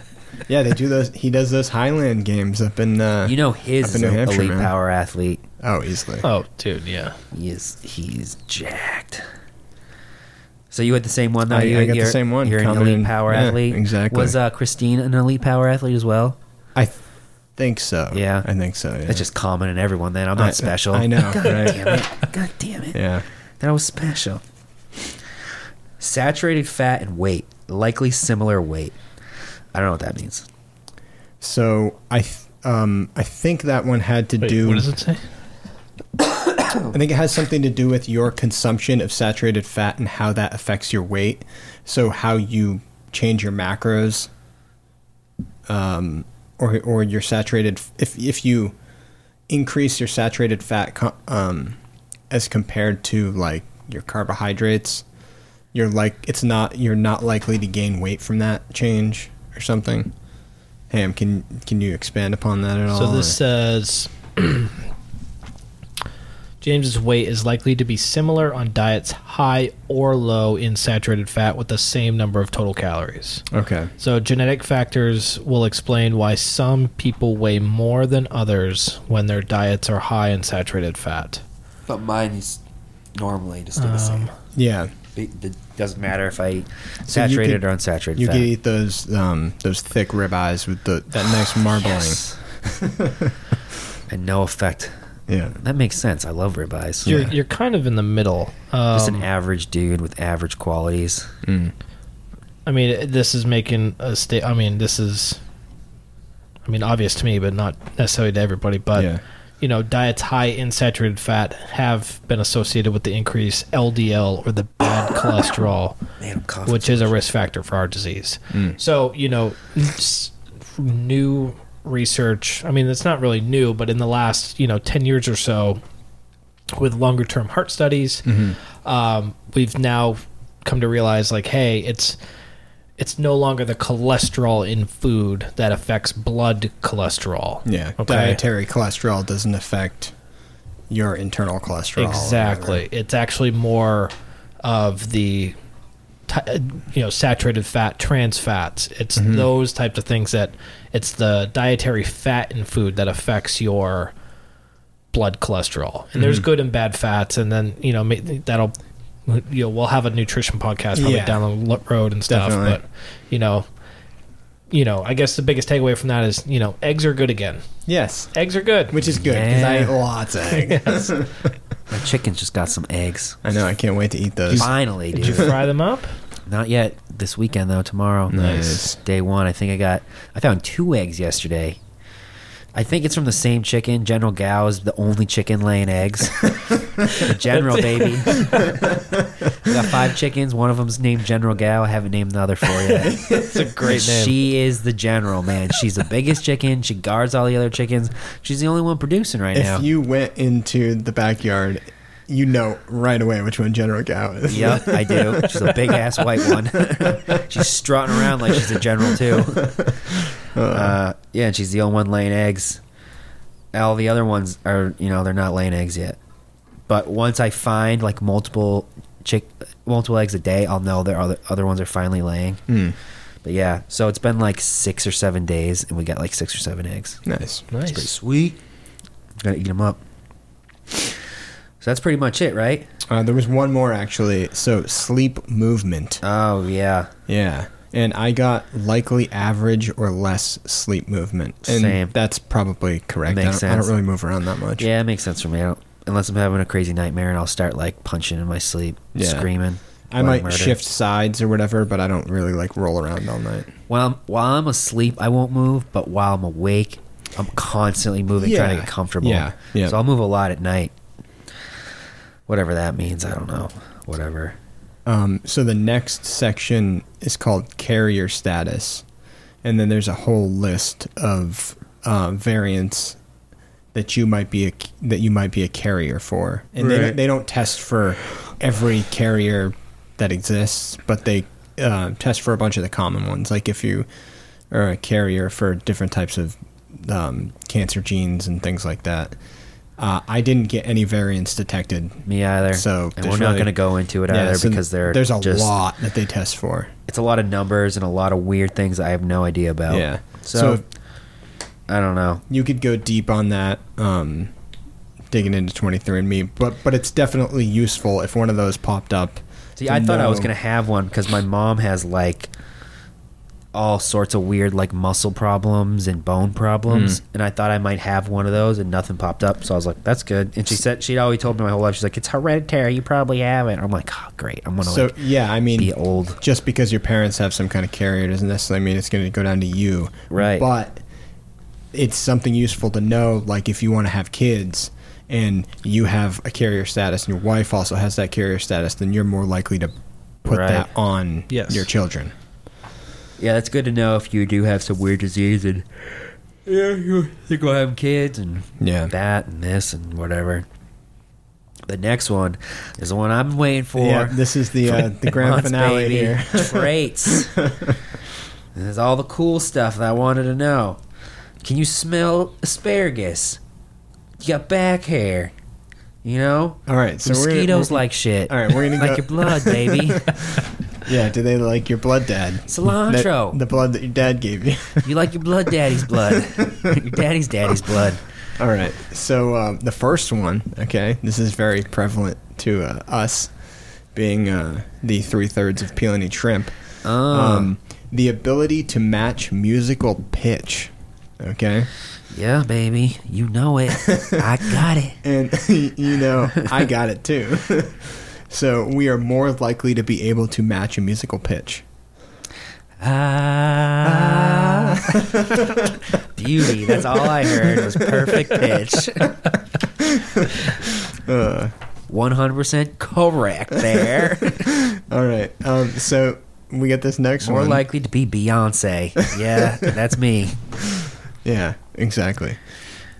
C: Yeah, they do those. He does those Highland games up in. Uh,
A: You know
C: Up
A: his
C: in New Hampshire,
A: elite
C: man.
A: power athlete.
C: Oh, easily.
B: Oh, dude, yeah.
A: He is he's jacked. So you had the same one though.
C: I-
A: you,
C: I got the
A: you're-
C: same one,
A: You're an
C: common
A: elite
C: and-
A: power
C: yeah,
A: athlete.
C: exactly.
A: Was uh, Christine an elite power athlete as well?
C: I th- think so.
A: Yeah.
C: I think so. Yeah.
A: That's just common in everyone. Then I'm
C: I-
A: not special.
C: I know,
A: God
C: right?
A: damn it! God damn it!
C: Yeah.
A: That I was special. Saturated fat and weight, likely similar weight. I don't know what that means.
C: So I th- um I think that one had to
B: Wait,
C: do.
B: what does it say?
C: I think it has something to do with your consumption of saturated fat and how that affects your weight. So how you change your macros, um, or or your saturated if if you increase your saturated fat co- um, as compared to like your carbohydrates, you're like it's not you're not likely to gain weight from that change or something. Ham, can can you expand upon that at all?
B: So
C: or-
B: this says James's weight is likely to be similar on diets high or low in saturated fat with the same number of total calories.
C: okay.
B: So genetic factors will explain why some people weigh more than others when their diets are high in saturated fat.
A: But mine is normally to stay
B: the same.
C: Yeah.
A: It doesn't matter if I eat
C: So you
A: saturated
C: could-
A: or unsaturated
C: You
A: fat.
C: could eat those um, those thick ribeyes with the that nice marbling.
A: Yes. and no effect.
C: Yeah.
A: That makes sense. I love ribeyes.
B: You're
A: Yeah.
B: you're kind of in the middle. Um,
A: Just an average dude with average qualities.
B: I mean, this is making a state. I mean, this is, I mean, obvious to me, but not necessarily to everybody. But
C: Yeah.
B: you know, diets high in saturated fat have been associated with the increased LDL or the bad cholesterol,
A: Man, I'm coughing.
B: which is a risk factor for heart disease.
C: Mm.
B: So you know, s- new research. I mean, it's not really new, but in the last you know ten years or so, with longer term heart studies,
C: Mm-hmm.
B: um, we've now come to realize like, hey, it's it's no longer the cholesterol in food that affects blood cholesterol.
C: Yeah.
B: Okay.
C: Dietary cholesterol doesn't affect your internal cholesterol. or
B: Exactly. It's actually more of the ti- uh, you know saturated fat, trans fats. It's
C: Mm-hmm.
B: those types of things that it's the dietary fat in food that affects your blood cholesterol. And there's
C: Mm-hmm.
B: good and bad fats, and then you know ma- that'll you know we'll have a nutrition podcast probably
C: Yeah.
B: down the lo- road and stuff.
C: Definitely.
B: But you know. You know, I guess the biggest takeaway from that is, you know, eggs are good again.
C: whatever. Yes.
B: Eggs are good.
C: Which is good because I
A: Yeah.
C: ate lots of eggs.
A: My chicken's just got some eggs.
C: I know. I can't wait to eat those.
A: Finally,
B: Did you
A: dude.
B: fry them up?
A: Not yet. This weekend though. Tomorrow.
C: Nice.
A: Day one. I think I got. I found two eggs yesterday. I think it's from the same chicken. General Gao is the only chicken laying eggs. the General baby. I got five chickens. One of them's named General Gao. I haven't named the other four yet.
B: It's a great name.
A: She is the general, man. She's the biggest chicken. She guards all the other chickens. She's the only one producing right now.
C: If you went into the backyard you know right away which one General Gao is.
A: Yep, I do. She's a big ass white one. she's strutting around like she's a general too. Uh, yeah, and she's the only one laying eggs. All the other ones are, you know, they're not laying eggs yet. But once I find like multiple chick, multiple eggs a day, I'll know the other other ones are finally laying.
C: Hmm.
A: But yeah, so it's been like six or seven days, and we got like six or seven eggs.
C: Nice.
A: It's pretty
B: Nice.
A: sweet. Gotta eat them up. So that's pretty much it, right?
C: Uh, there was one more actually. So sleep movement.
A: Oh yeah,
C: Yeah. And I got likely average or less sleep movement. And
A: Same.
C: that's probably correct.
A: Makes
C: I, don't, I
A: sense.
C: don't really move around that much.
A: yeah, it makes sense for me. I don't, unless I'm having a crazy nightmare, and I'll start like punching in my sleep,
C: Yeah.
A: screaming.
C: I
A: bloody
C: might
A: murder.
C: shift sides or whatever, but I don't really like roll around all night.
A: while I'm, while I'm asleep. I won't move, but while I'm awake, I'm constantly moving, trying to
C: Yeah.
A: get comfortable.
C: Yeah, yeah.
A: So I'll move a lot at night. Whatever that means, I don't know. Whatever.
C: Um, so the next section is called carrier status, and then there's a whole list of uh, variants that you might be a, that you might be a carrier for, and they
A: Right.
C: don't, they don't test for every carrier that exists, but they uh, test for a bunch of the common ones. Like if you are a carrier for different types of um, cancer genes and things like that. Uh, I didn't get any variants detected
A: Me either.
C: So
A: and
C: there's
A: we're not
C: really-
A: going to go into it either
C: so
A: because they're
C: there's a
A: just,
C: lot that they test for.
A: It's a lot of numbers and a lot of weird things I have no idea about.
C: Yeah.
A: So,
C: So-
A: I don't know.
C: You could go deep on that, um, digging into 23andMe, but but it's definitely useful if one of those popped up.
A: See,
C: to
A: I thought I was
C: know-
A: going to have one because my mom has like all sorts of weird like muscle problems and bone problems, and I thought I might have one of those, and nothing popped up. So I was like, "That's good." And she said she'd always told me my whole life. She's like, "It's hereditary. You probably have it." I'm like, "Oh, great. I'm gonna
C: So
A: like,
C: yeah, I mean,
A: be old."
C: just because your parents have some kind of carrier doesn't necessarily mean it's going to go down to you.
A: Right.
C: But it's something useful to know, like if you want to have kids and you have a carrier status and your wife also has that carrier status, then you're more likely to put
A: Right.
C: that on
B: Yes.
C: your children.
A: Yeah, that's good to know if you do have some weird disease and yeah, you- you're gonna have kids and
C: Yeah.
A: that and this and whatever. The next one is the one I've been waiting for.
C: Yeah, this is the uh, the grand
A: Months,
C: finale
A: baby.
C: here.
A: Traits. There's all the cool stuff that I wanted to know. Can you smell asparagus? You got back hair. You know?
C: All right, so we're-
A: Mosquitoes
C: we're,
A: like shit.
C: All right, we're gonna
A: like
C: go-
A: your blood, baby.
C: yeah. Do they like your blood, dad?
A: Cilantro.
C: That- the blood that your dad gave you.
A: you like your blood daddy's blood. your daddy's daddy's blood.
C: All right, so um, the first one. Okay, this is very prevalent to uh, us, being uh, the three thirds of peel any shrimp.
A: Uh.
C: Um, the ability to match musical pitch. Okay.
A: Yeah, baby. You know it. I got it.
C: and you know i got it too so we are more likely to be able to match a musical pitch
A: Ah.
C: Ah.
A: Beauty. That's all I heard was perfect pitch.
C: uh,
A: 100% correct there.
C: all right um, so we get this next
A: More
C: one
A: likely to be Beyonce. Yeah, that's me.
C: yeah exactly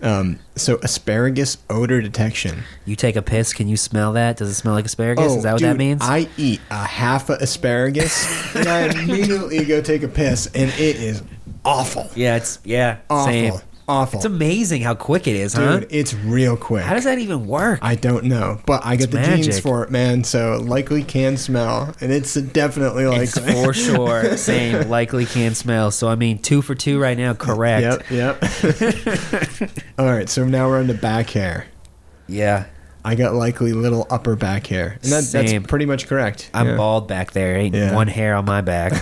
C: um, so asparagus odor detection Oh,
A: You take a piss, can you smell that? Does it smell like asparagus? Is that what that
C: dude,
A: means?
C: i eat a half a asparagus and i immediately go take a piss and it is awful
A: yeah, it's yeah,
C: awful
A: same.
C: awful
A: It's amazing how quick it is, huh?
C: dude it's real quick
A: How does that even work?
C: I don't know, but I got
A: It's
C: the genes
A: magic.
C: for it, man. So likely can smell, and it's definitely like
A: It's for sure same. Likely can smell. So I mean, two for two right now. Correct.
C: Yep, yep. All right, so now we're on to back hair.
A: Yeah,
C: I got likely little upper back hair, and that,
A: Same.
C: that's pretty much correct.
A: I'm
C: Yeah.
A: bald back there. Ain't
C: Yeah.
A: one hair on my back.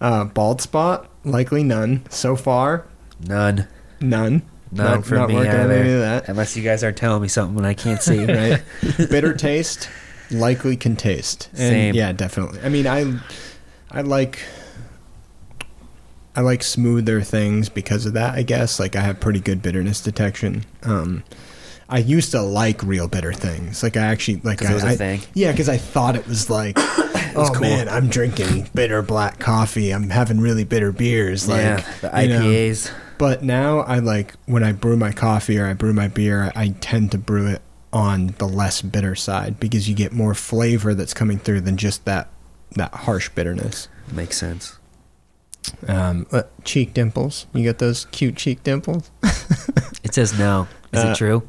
C: Uh, bald spot, likely none so far.
A: None.
C: None.
A: None
C: Nope,
A: for
C: not
A: me
C: working on
A: either.
C: any of that.
A: Unless you guys are telling me something I can't see.
C: Right. Bitter taste, likely can taste. And
A: Same.
C: Yeah, definitely. I mean, I, I like. I like smoother things because of that, I guess. Like I have pretty good bitterness detection. Um, I used to like real bitter things. Like I actually like
A: 'Cause it
C: I-
A: was a
C: I-
A: thing.
C: Yeah, because I thought it was like, oh
A: cool.
C: man, I'm drinking bitter black coffee. I'm having really bitter beers. Like
A: yeah, the
C: you know.
A: IPAs.
C: But now I like when I brew my coffee or I brew my beer, I tend to brew it on the less bitter side because you get more flavor that's coming through than just that that harsh bitterness.
A: Makes sense.
C: Um, uh, cheek dimples. You got those cute cheek dimples.
A: It says no. Is
C: Uh,
A: it true?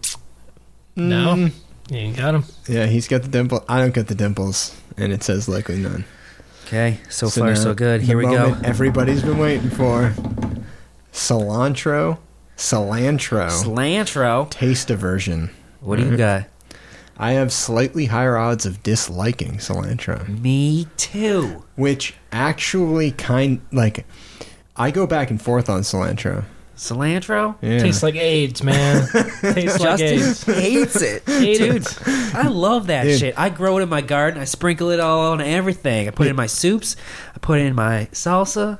B: No, you ain't got him.
C: Yeah, he's got the dimple. I don't get the dimples, and it says likely none.
A: Okay, so, far
C: now,
A: so good.
C: the
A: Here we go.
C: moment Everybody's been waiting for cilantro, cilantro
A: Cilantro.
C: taste aversion.
A: What
C: Mm-hmm.
A: do you got?
C: I have slightly higher odds of disliking cilantro,
A: Me too.
C: which actually kind like I go back and forth on cilantro.
A: Cilantro
C: Yeah.
B: Tastes like AIDS, man. Tastes like AIDS.
A: Justin hates it.
B: Hate
A: Dude,
B: it.
A: I love that
C: Dude.
A: shit. I grow it in my garden. I sprinkle it all on everything. I put it in my soups. I put it in my salsa.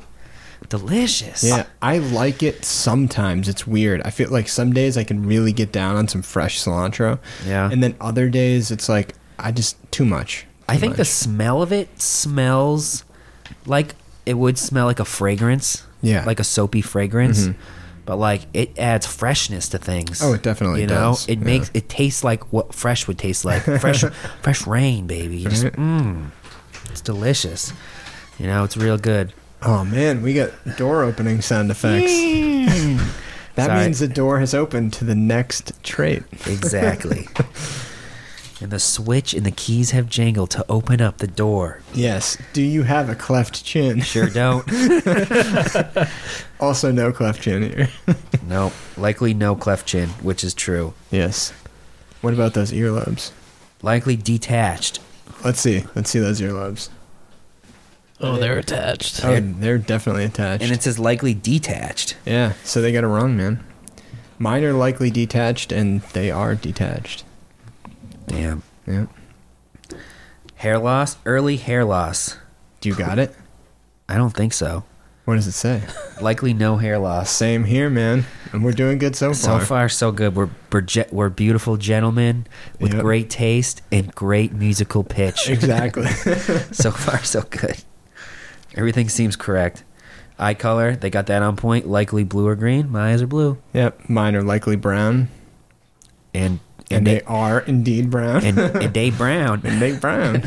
A: Delicious.
C: Yeah, I like it sometimes. It's weird. I feel like some days I can really get down on some fresh cilantro.
A: Yeah.
C: And then other days it's like I just too much.
A: I
C: Too
A: think the
C: much.
A: smell of it smells like it would smell like a fragrance.
C: Yeah. Mm-hmm.
A: Like a soapy fragrance. But like it adds freshness to things.
C: Oh, it definitely
A: you know?
C: does.
A: It
C: Yeah.
A: makes it tastes like what fresh would taste like. Fresh fresh rain, baby. You just mm, it's delicious. You know, it's real good.
C: Oh man, we got door opening sound effects. That
A: Sorry.
C: means the door has opened to the next trait.
A: Exactly. and the switch and the keys have jangled to open up the door.
C: Yes. Do you have a cleft chin?
A: Sure don't.
C: Also, no cleft chin here.
A: no. Likely no cleft chin, which is true.
C: Yes. What about those earlobes?
A: Likely detached.
C: Let's see. Let's see those earlobes.
B: Oh, they're attached.
C: Oh, they're definitely attached.
A: And it says likely detached.
C: yeah. So they got it wrong, man. Mine are likely detached, and they are detached.
A: Damn.
C: Yeah.
A: Hair loss? Early hair loss.
C: Do you got it?
A: I don't think so.
C: What does it say?
A: Likely no hair loss.
C: Same here, man. And we're doing good so
A: So
C: far.
A: far, so good. We're we're, ge- we're beautiful gentlemen with
C: Yep.
A: great taste and great musical pitch.
C: Exactly.
A: so far, so good. Everything seems correct. Eye color, they got that on point. Likely blue or green. My eyes are blue,
C: yep. Mine are likely brown,
A: and and
C: and they
A: they
C: are indeed brown.
A: and, and they brown.
C: and they brown.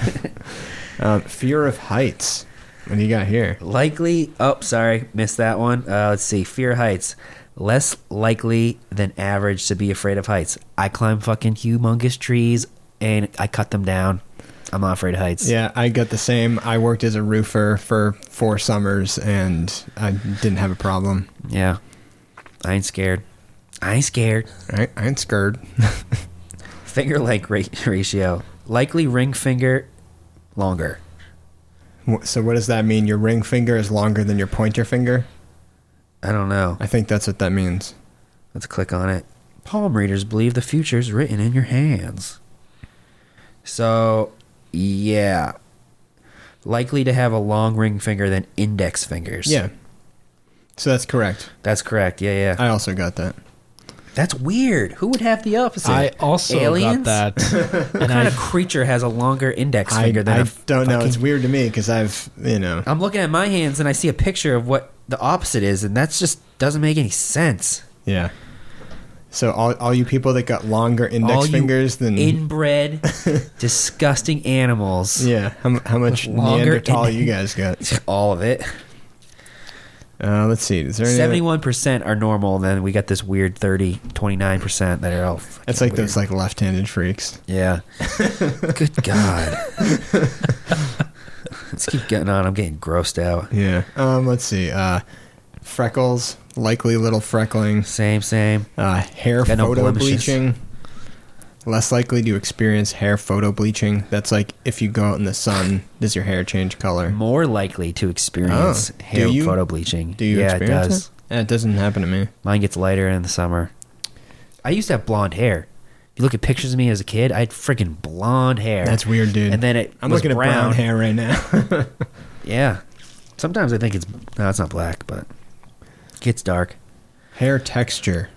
C: um, fear of heights. What do you got here?
A: Likely. Oh, sorry, missed that one. Uh, let's see. Fear of heights. Less likely than average to be afraid of heights. I climb fucking humongous trees and I cut them down. I'm not afraid of heights.
C: Yeah, I got the same. I worked as a roofer for four summers, and I didn't have a problem.
A: Yeah. I ain't scared. I ain't scared.
C: I, I ain't scared.
A: Finger length ra- ratio. Likely ring finger longer.
C: Wh- So what does that mean? Your ring finger is longer than your pointer finger.
A: I don't know.
C: I think that's what that means.
A: Let's click on it. Palm readers believe the future is written in your hands. So, yeah. Likely to have a long ring finger than index fingers.
C: Yeah. So that's correct.
A: That's correct. Yeah, yeah.
C: I also got that.
A: That's weird. Who would have the opposite?
B: I also
A: Aliens?
B: got that.
A: What
B: and
A: kind
B: I,
A: of creature has a longer index
C: I,
A: finger than a
C: I don't know.
A: fucking-
C: It's weird to me because I've you know
A: I'm looking at my hands and I see a picture of what the opposite is, and that's just doesn't make any sense.
C: yeah. So all all you people that got longer index
A: All you
C: fingers than
A: Inbred, disgusting animals.
C: yeah. How, mu- how much
A: Longer
C: Neanderthal
A: in-
C: you guys got?
A: All of it.
C: Uh, let's see. Is there any?
A: Seventy-one percent are normal. Then we got this weird 30, 29 percent that are all. fucking
C: That's like those
A: weird.
C: like left-handed freaks.
A: Yeah. Good God. Let's keep getting on. I'm getting grossed out.
C: Yeah. Um, let's see. Uh, freckles, likely little freckling.
A: Same, same.
C: Uh, hair
A: Got no
C: photo
A: blemishes.
C: bleaching. Less likely to experience hair photo bleaching. That's like if you go out in the sun, does your hair change color?
A: More likely to experience
C: Oh, do
A: hair
C: you-
A: photo bleaching.
C: Do you
A: yeah, it
C: experience
A: does.
C: it? Eh, It doesn't happen to me.
A: Mine gets lighter in the summer. I used to have blonde hair. You look at pictures of me as a kid, I had freaking blonde hair.
C: That's weird, dude.
A: And then it
C: I'm
A: was
C: looking at brown
A: brown.
C: hair right now.
A: Yeah. Sometimes I think it's no, it's not black, but it gets dark.
C: hair texture.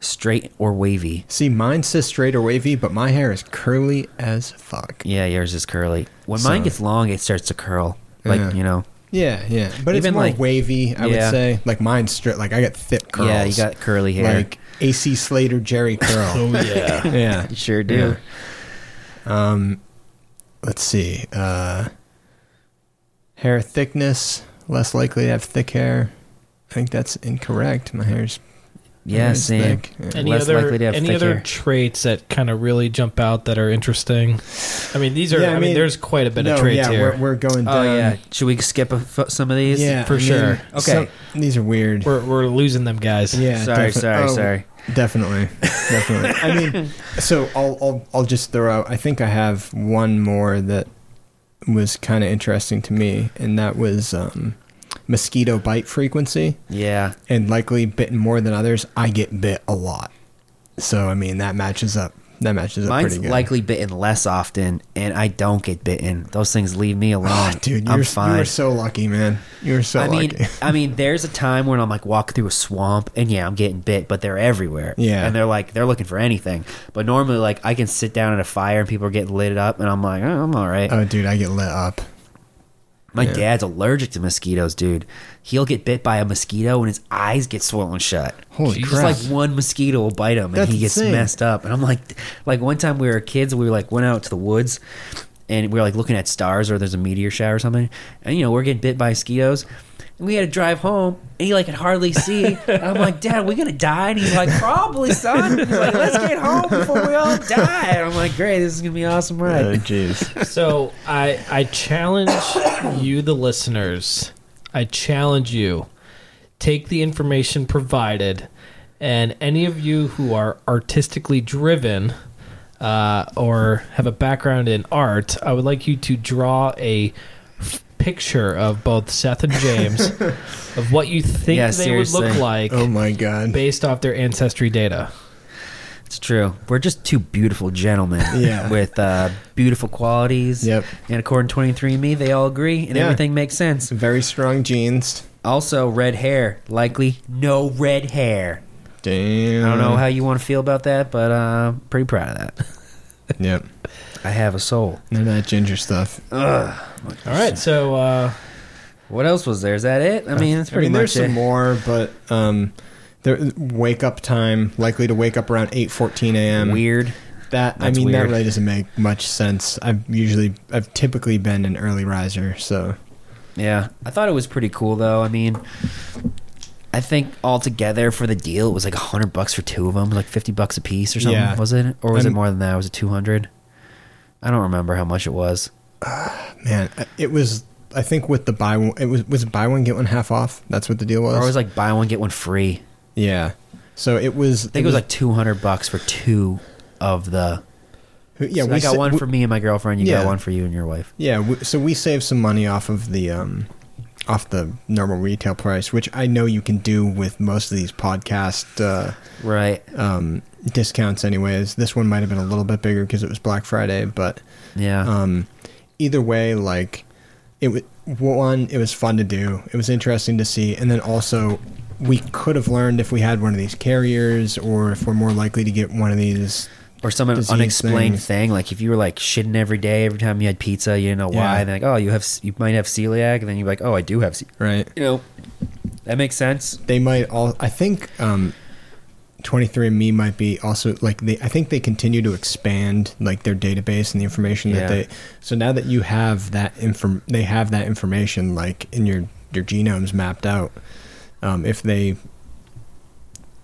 A: Straight or wavy.
C: See, mine says straight or wavy, but my hair is curly as fuck.
A: Yeah, yours is curly. When
C: So-
A: mine gets long, it starts to curl. Like,
C: Yeah.
A: you know.
C: Yeah, yeah. But it's
A: Even
C: more
A: like-
C: wavy, I would
A: yeah.
C: say. Like mine's straight. Like I got thick
A: curls. Yeah, you got curly hair.
C: Like AC Slater Jerry curl.
B: Oh yeah.
C: yeah.
A: you sure do.
C: Um, let's see. Uh, hair thickness less likely to have thick hair. I think that's incorrect. My hair's my
A: Yeah,
C: hair's
A: Sam.
C: thick. Yeah.
B: Any
A: Less
B: other
A: likely to have
B: any
A: thick
B: other
A: hair.
B: traits that kind of really jump out that are interesting? I mean, these are.
C: Yeah, I
B: I, mean,
C: mean-
B: there's quite a bit
C: no,
B: of traits
C: yeah,
B: here.
C: we're we're going down.
A: Oh yeah. Should we skip a f some of these?
C: yeah,
B: for
C: I mean,
B: sure.
A: Okay.
C: some- these are weird.
B: We're, we're losing them guys.
C: yeah,
A: sorry,
C: defi-
A: sorry,
C: oh,
A: sorry.
C: Definitely, definitely. I mean, so I'll, I'll I'll just throw out. I think I have one more that was kind of interesting to me, and that was um, mosquito bite frequency,
A: Yeah.
C: and likely bitten more than others. I get bit a lot, so I mean that matches up. That matches up
A: Mine's
C: pretty good.
A: likely bitten less often, and I don't get bitten. Those things leave me alone.
C: Oh, dude,
A: I'm
C: you're
A: fine.
C: you were so lucky, man. You were so
A: I mean,
C: lucky.
A: I mean, there's a time when I'm like walk through a swamp, and yeah, I'm getting bit, but they're everywhere.
C: Yeah.
A: and they're like they're looking for anything. But normally, like I can sit down at a fire and people are getting lit up, and I'm like, oh, I'm all right.
C: Oh, dude, I get lit up.
A: My
C: yeah.
A: dad's allergic to mosquitoes, dude. He'll get bit by a mosquito and his eyes get swollen shut.
C: Holy
A: Just
C: crap.
A: like one mosquito will bite him and
C: That's
A: he gets
C: insane.
A: messed up. And I'm like, like one time we were kids, we were like went out to the woods and we were like looking at stars or there's a meteor shower or something. And you know, we're getting bit by mosquitoes. And we had to drive home and he like could hardly see. And I'm like, Dad, we gonna die? And he's like, Probably, son. He's like, Let's get home before we all die. And I'm like, Great, this is gonna be an awesome ride.
C: Oh, jeez.
B: So I I challenge you, the listeners. I challenge you. Take the information provided, and any of you who are artistically driven uh, or have a background in art, I would like you to draw a f- picture of both Seth and James of what you think
A: Yeah,
B: they would look
A: seriously.
B: like
C: oh my god.
B: based off their ancestry data.
A: It's true. We're just two beautiful gentlemen
C: Yeah.
A: with uh, beautiful qualities.
C: Yep.
A: And according to 23andMe, they all agree and
C: Yeah.
A: everything makes sense.
C: Very strong genes.
A: Also, red hair. Likely no red hair.
C: Damn.
A: I don't know how you want to feel about that, but uh, I'm pretty proud of that.
C: Yep.
A: I have a soul.
C: None of that ginger stuff.
B: All right, so uh,
A: What else was there? Is that it? I mean, that's
C: I
A: pretty
C: mean, there's
A: much it.
C: some more, but um, there wake up time likely to wake up around eight fourteen a.m.
A: Weird.
C: That I
A: That's
C: mean,
A: weird.
C: that really doesn't make much sense. I've usually, I've typically been an early riser, so
A: Yeah. I thought it was pretty cool, though. I mean, I think altogether for the deal, it was like 100 bucks for two of them, like 50 bucks a piece or something,
C: Yeah.
A: was it? Or was
C: I'm-
A: it more than that? Was it 200? I don't remember how much it was.
C: man, I- it was. I think with the buy one, it was was it buy one get one half off. That's what the deal was.
A: Or it was like buy one, get one free.
C: yeah. So it was.
A: I think it was like 200 bucks for two of the.
C: yeah.
A: So
C: we
A: I got
C: sa-
A: one
C: we-
A: for me and my girlfriend. You
C: Yeah.
A: got one for you and your wife.
C: Yeah, w so we saved some money off of the um, off the normal retail price, which I know you can do with most of these podcast uh,
A: Right.
C: um, discounts. Anyways, this one might have been a little bit bigger because it was Black Friday, but
A: Yeah.
C: um, either way, like it was one, it was fun to do. It was interesting to see, and then also we could have learned if we had one of these carriers or if we're more likely to get one of these.
A: or some un-
C: disease
A: unexplained
C: things.
A: thing. Like if you were like shitting every day, every time you had pizza, you didn't know why.
C: Yeah.
A: And then like, oh, you have, you might have celiac. And then you're like, oh, I do have, ce-.
C: Right.
A: you know, that makes sense.
C: they might all i think um 23andme might be also like they i think they continue to expand like their database and the information that
A: Yeah.
C: they so now that you have that inform they have that information like in your your genomes mapped out um, if they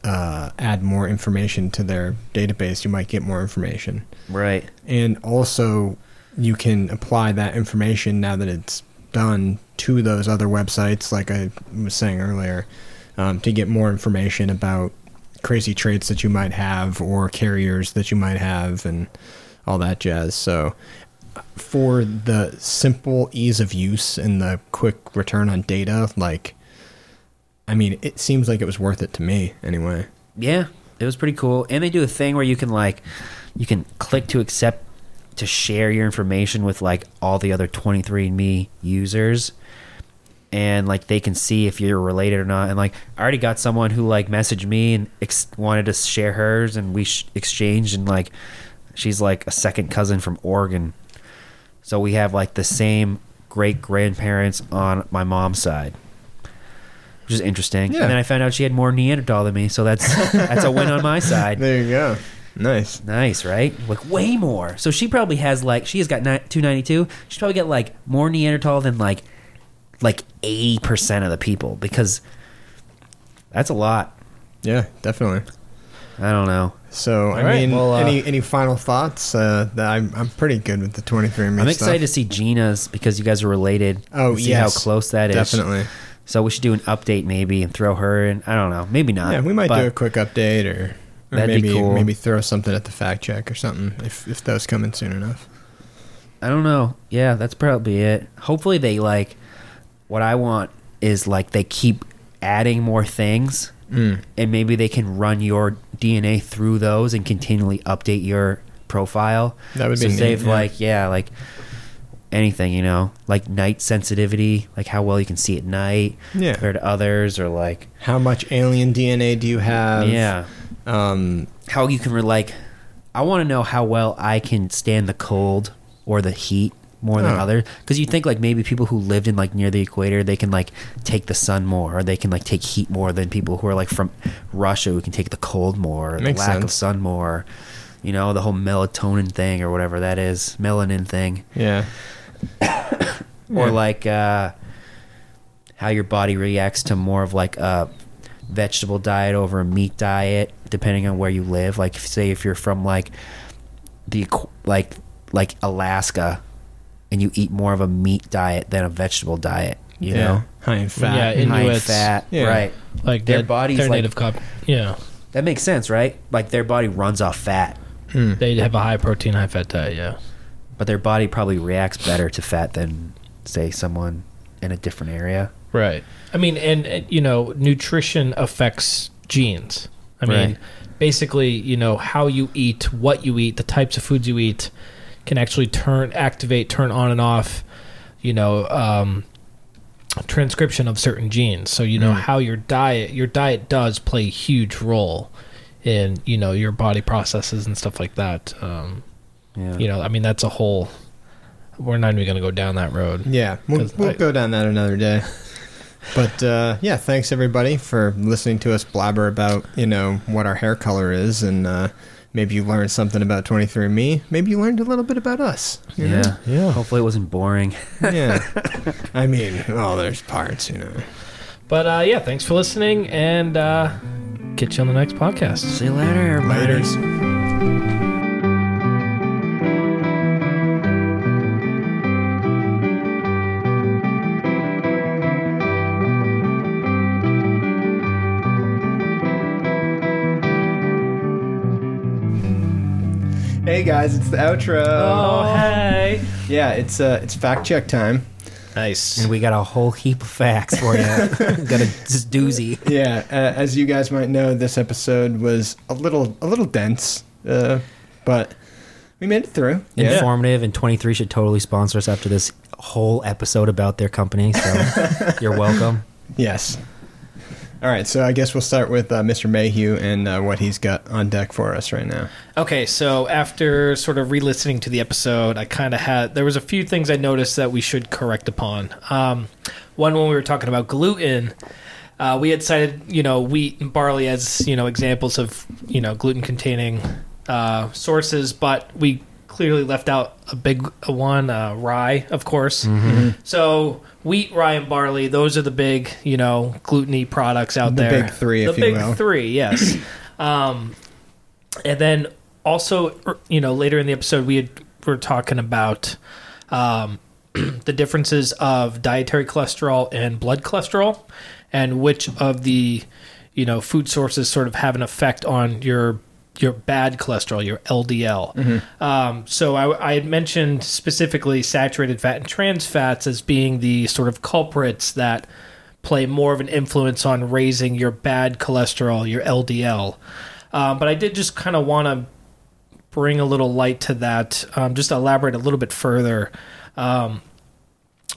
C: uh, add more information to their database you might get more information
A: Right.
C: and also you can apply that information now that it's done to those other websites like i was saying earlier um, to get more information about crazy traits that you might have or carriers that you might have and all that jazz so for the simple ease of use and the quick return on data like i mean it seems like it was worth it to me anyway
A: Yeah, it was pretty cool. And they do a thing where you can like you can click to accept to share your information with like all the other 23andme users and like they can see if you're related or not and like i already got someone who like messaged me and ex- wanted to share hers and we sh- exchanged and like she's like a second cousin from oregon so we have like the same great grandparents on my mom's side which is interesting.
C: Yeah.
A: And then I found out she had more Neanderthal than me, so that's that's a win on my side.
C: There you go. Nice.
A: Nice, right? Like way more. So she probably has like she has got ni- 292. She's probably got like more Neanderthal than like like 80% of the people because that's a lot.
C: Yeah, definitely.
A: I don't know.
C: So, I
B: All right,
C: mean,
B: well, uh,
C: any any final thoughts? Uh, that I'm I'm pretty good with the
A: I'm
C: 23andMe. stuff.
A: excited to see Gina's because you guys are related.
C: Oh,
A: and see
C: yes.
A: how close that is.
C: Definitely.
A: So we should do an update maybe and throw her in. I don't know. Maybe not.
C: Yeah, we might
A: Uh, but
C: do a quick update or, or
A: That'd be
C: maybe
A: cool.
C: maybe throw something at the fact check or something if if those come in soon enough.
A: I don't know. Yeah, that's probably it. Hopefully they like what I want is like they keep adding more things
C: Mm.
A: and maybe they can run your DNA through those and continually update your profile.
C: That would
A: so
C: be neat,
A: they've
C: yeah.
A: like yeah like anything you know like night sensitivity like how well you can see at night
C: Yeah.
A: compared to others or like
C: How much alien DNA do you have?
A: yeah
C: Um,
A: how you can re- like I want to know how well I can stand the cold or the heat more than
C: Huh.
A: other because you think like maybe people who lived in like near the equator they can like take the sun more or they can like take heat more than people who are like from Russia who can take the cold more or the
C: Makes
A: lack of
C: sense.
A: sun more you know the whole melatonin thing or whatever that is melanin thing
C: yeah.
A: or
C: Yeah.
A: like uh, how your body reacts to more of like a vegetable diet over a meat diet, depending on where you live. Like, if- say if you're from like the equ- like like Alaska, and you eat more of a meat diet than a vegetable diet, you
C: yeah.
A: know,
C: High in fat.
B: Yeah, it-
A: high in
B: Inuits.
A: fat,
C: Yeah.
A: right?
B: Like
A: Their
B: their
A: bodies,
B: bodies, their
A: like-
B: native cop. Yeah,
A: That makes sense, right? Like their body runs off fat,
B: they have a high protein, high fat diet. Yeah,
A: but their body probably reacts better to fat than say someone in a different area.
B: right. I mean, and uh, you know, nutrition affects genes. I mean,
A: Right.
B: basically, you know, how you eat, what you eat, the types of foods you eat, can actually turn, activate, turn on and off. You know, um, transcription of certain genes. So you know how your diet, your diet does play a huge role in you know your body processes and stuff like that. Um,
A: Yeah.
B: you know i mean that's a whole we're not even going to go down that road
C: Yeah, we'll,
B: 'Cause
C: we'll
B: I-
C: go down that another day. But uh, yeah, thanks everybody for listening to us blabber about you know what our hair color is, and uh, maybe you learned something about 23andMe. Maybe you learned a little bit about us. you know?
A: yeah.
B: Yeah.
A: Hopefully it wasn't boring.
C: yeah. I mean, oh, there's parts, you know.
B: but uh yeah thanks for listening and uh get you on the next podcast
A: See you later, everybody.
C: Laters. Hey guys, it's the outro.
B: Oh. hey
C: Yeah, it's uh, it's fact check time.
B: nice
A: And we got a whole heap of facts for you. got a just doozy.
C: Yeah, uh, as you guys might know, this episode was a little a little dense, uh, but we made it through.
A: Informative, and 23 should totally sponsor us after this whole episode about their company. So you're welcome.
C: Yes. All right, so I guess we'll start with uh, Mr. Mayhew and uh, what he's got on deck for us right now.
B: Okay, so after sort of re-listening to the episode, I kind of had there was a few things I noticed that we should correct upon. Um, one when we were talking about gluten, uh, we had cited you know wheat and barley as you know examples of you know gluten-containing uh, sources, but we clearly left out a big one, uh, rye, of course.
C: Mm-hmm.
B: Mm-hmm. So wheat, rye, and barley; those are the big you know gluten-y products out
C: The
B: there.
C: big three,
B: the
C: if you
B: big
C: will.
B: three, yes. um, and then also er, you know later in the episode we had, were talking about um, the differences of dietary cholesterol and blood cholesterol and which of the you know food sources sort of have an effect on your your bad cholesterol your ldl um, so I, I had mentioned specifically saturated fat and trans fats as being the sort of culprits that play more of an influence on raising your bad cholesterol your ldl um, but I did just kind of want to bring a little light to that, um, just to elaborate a little bit further. Um,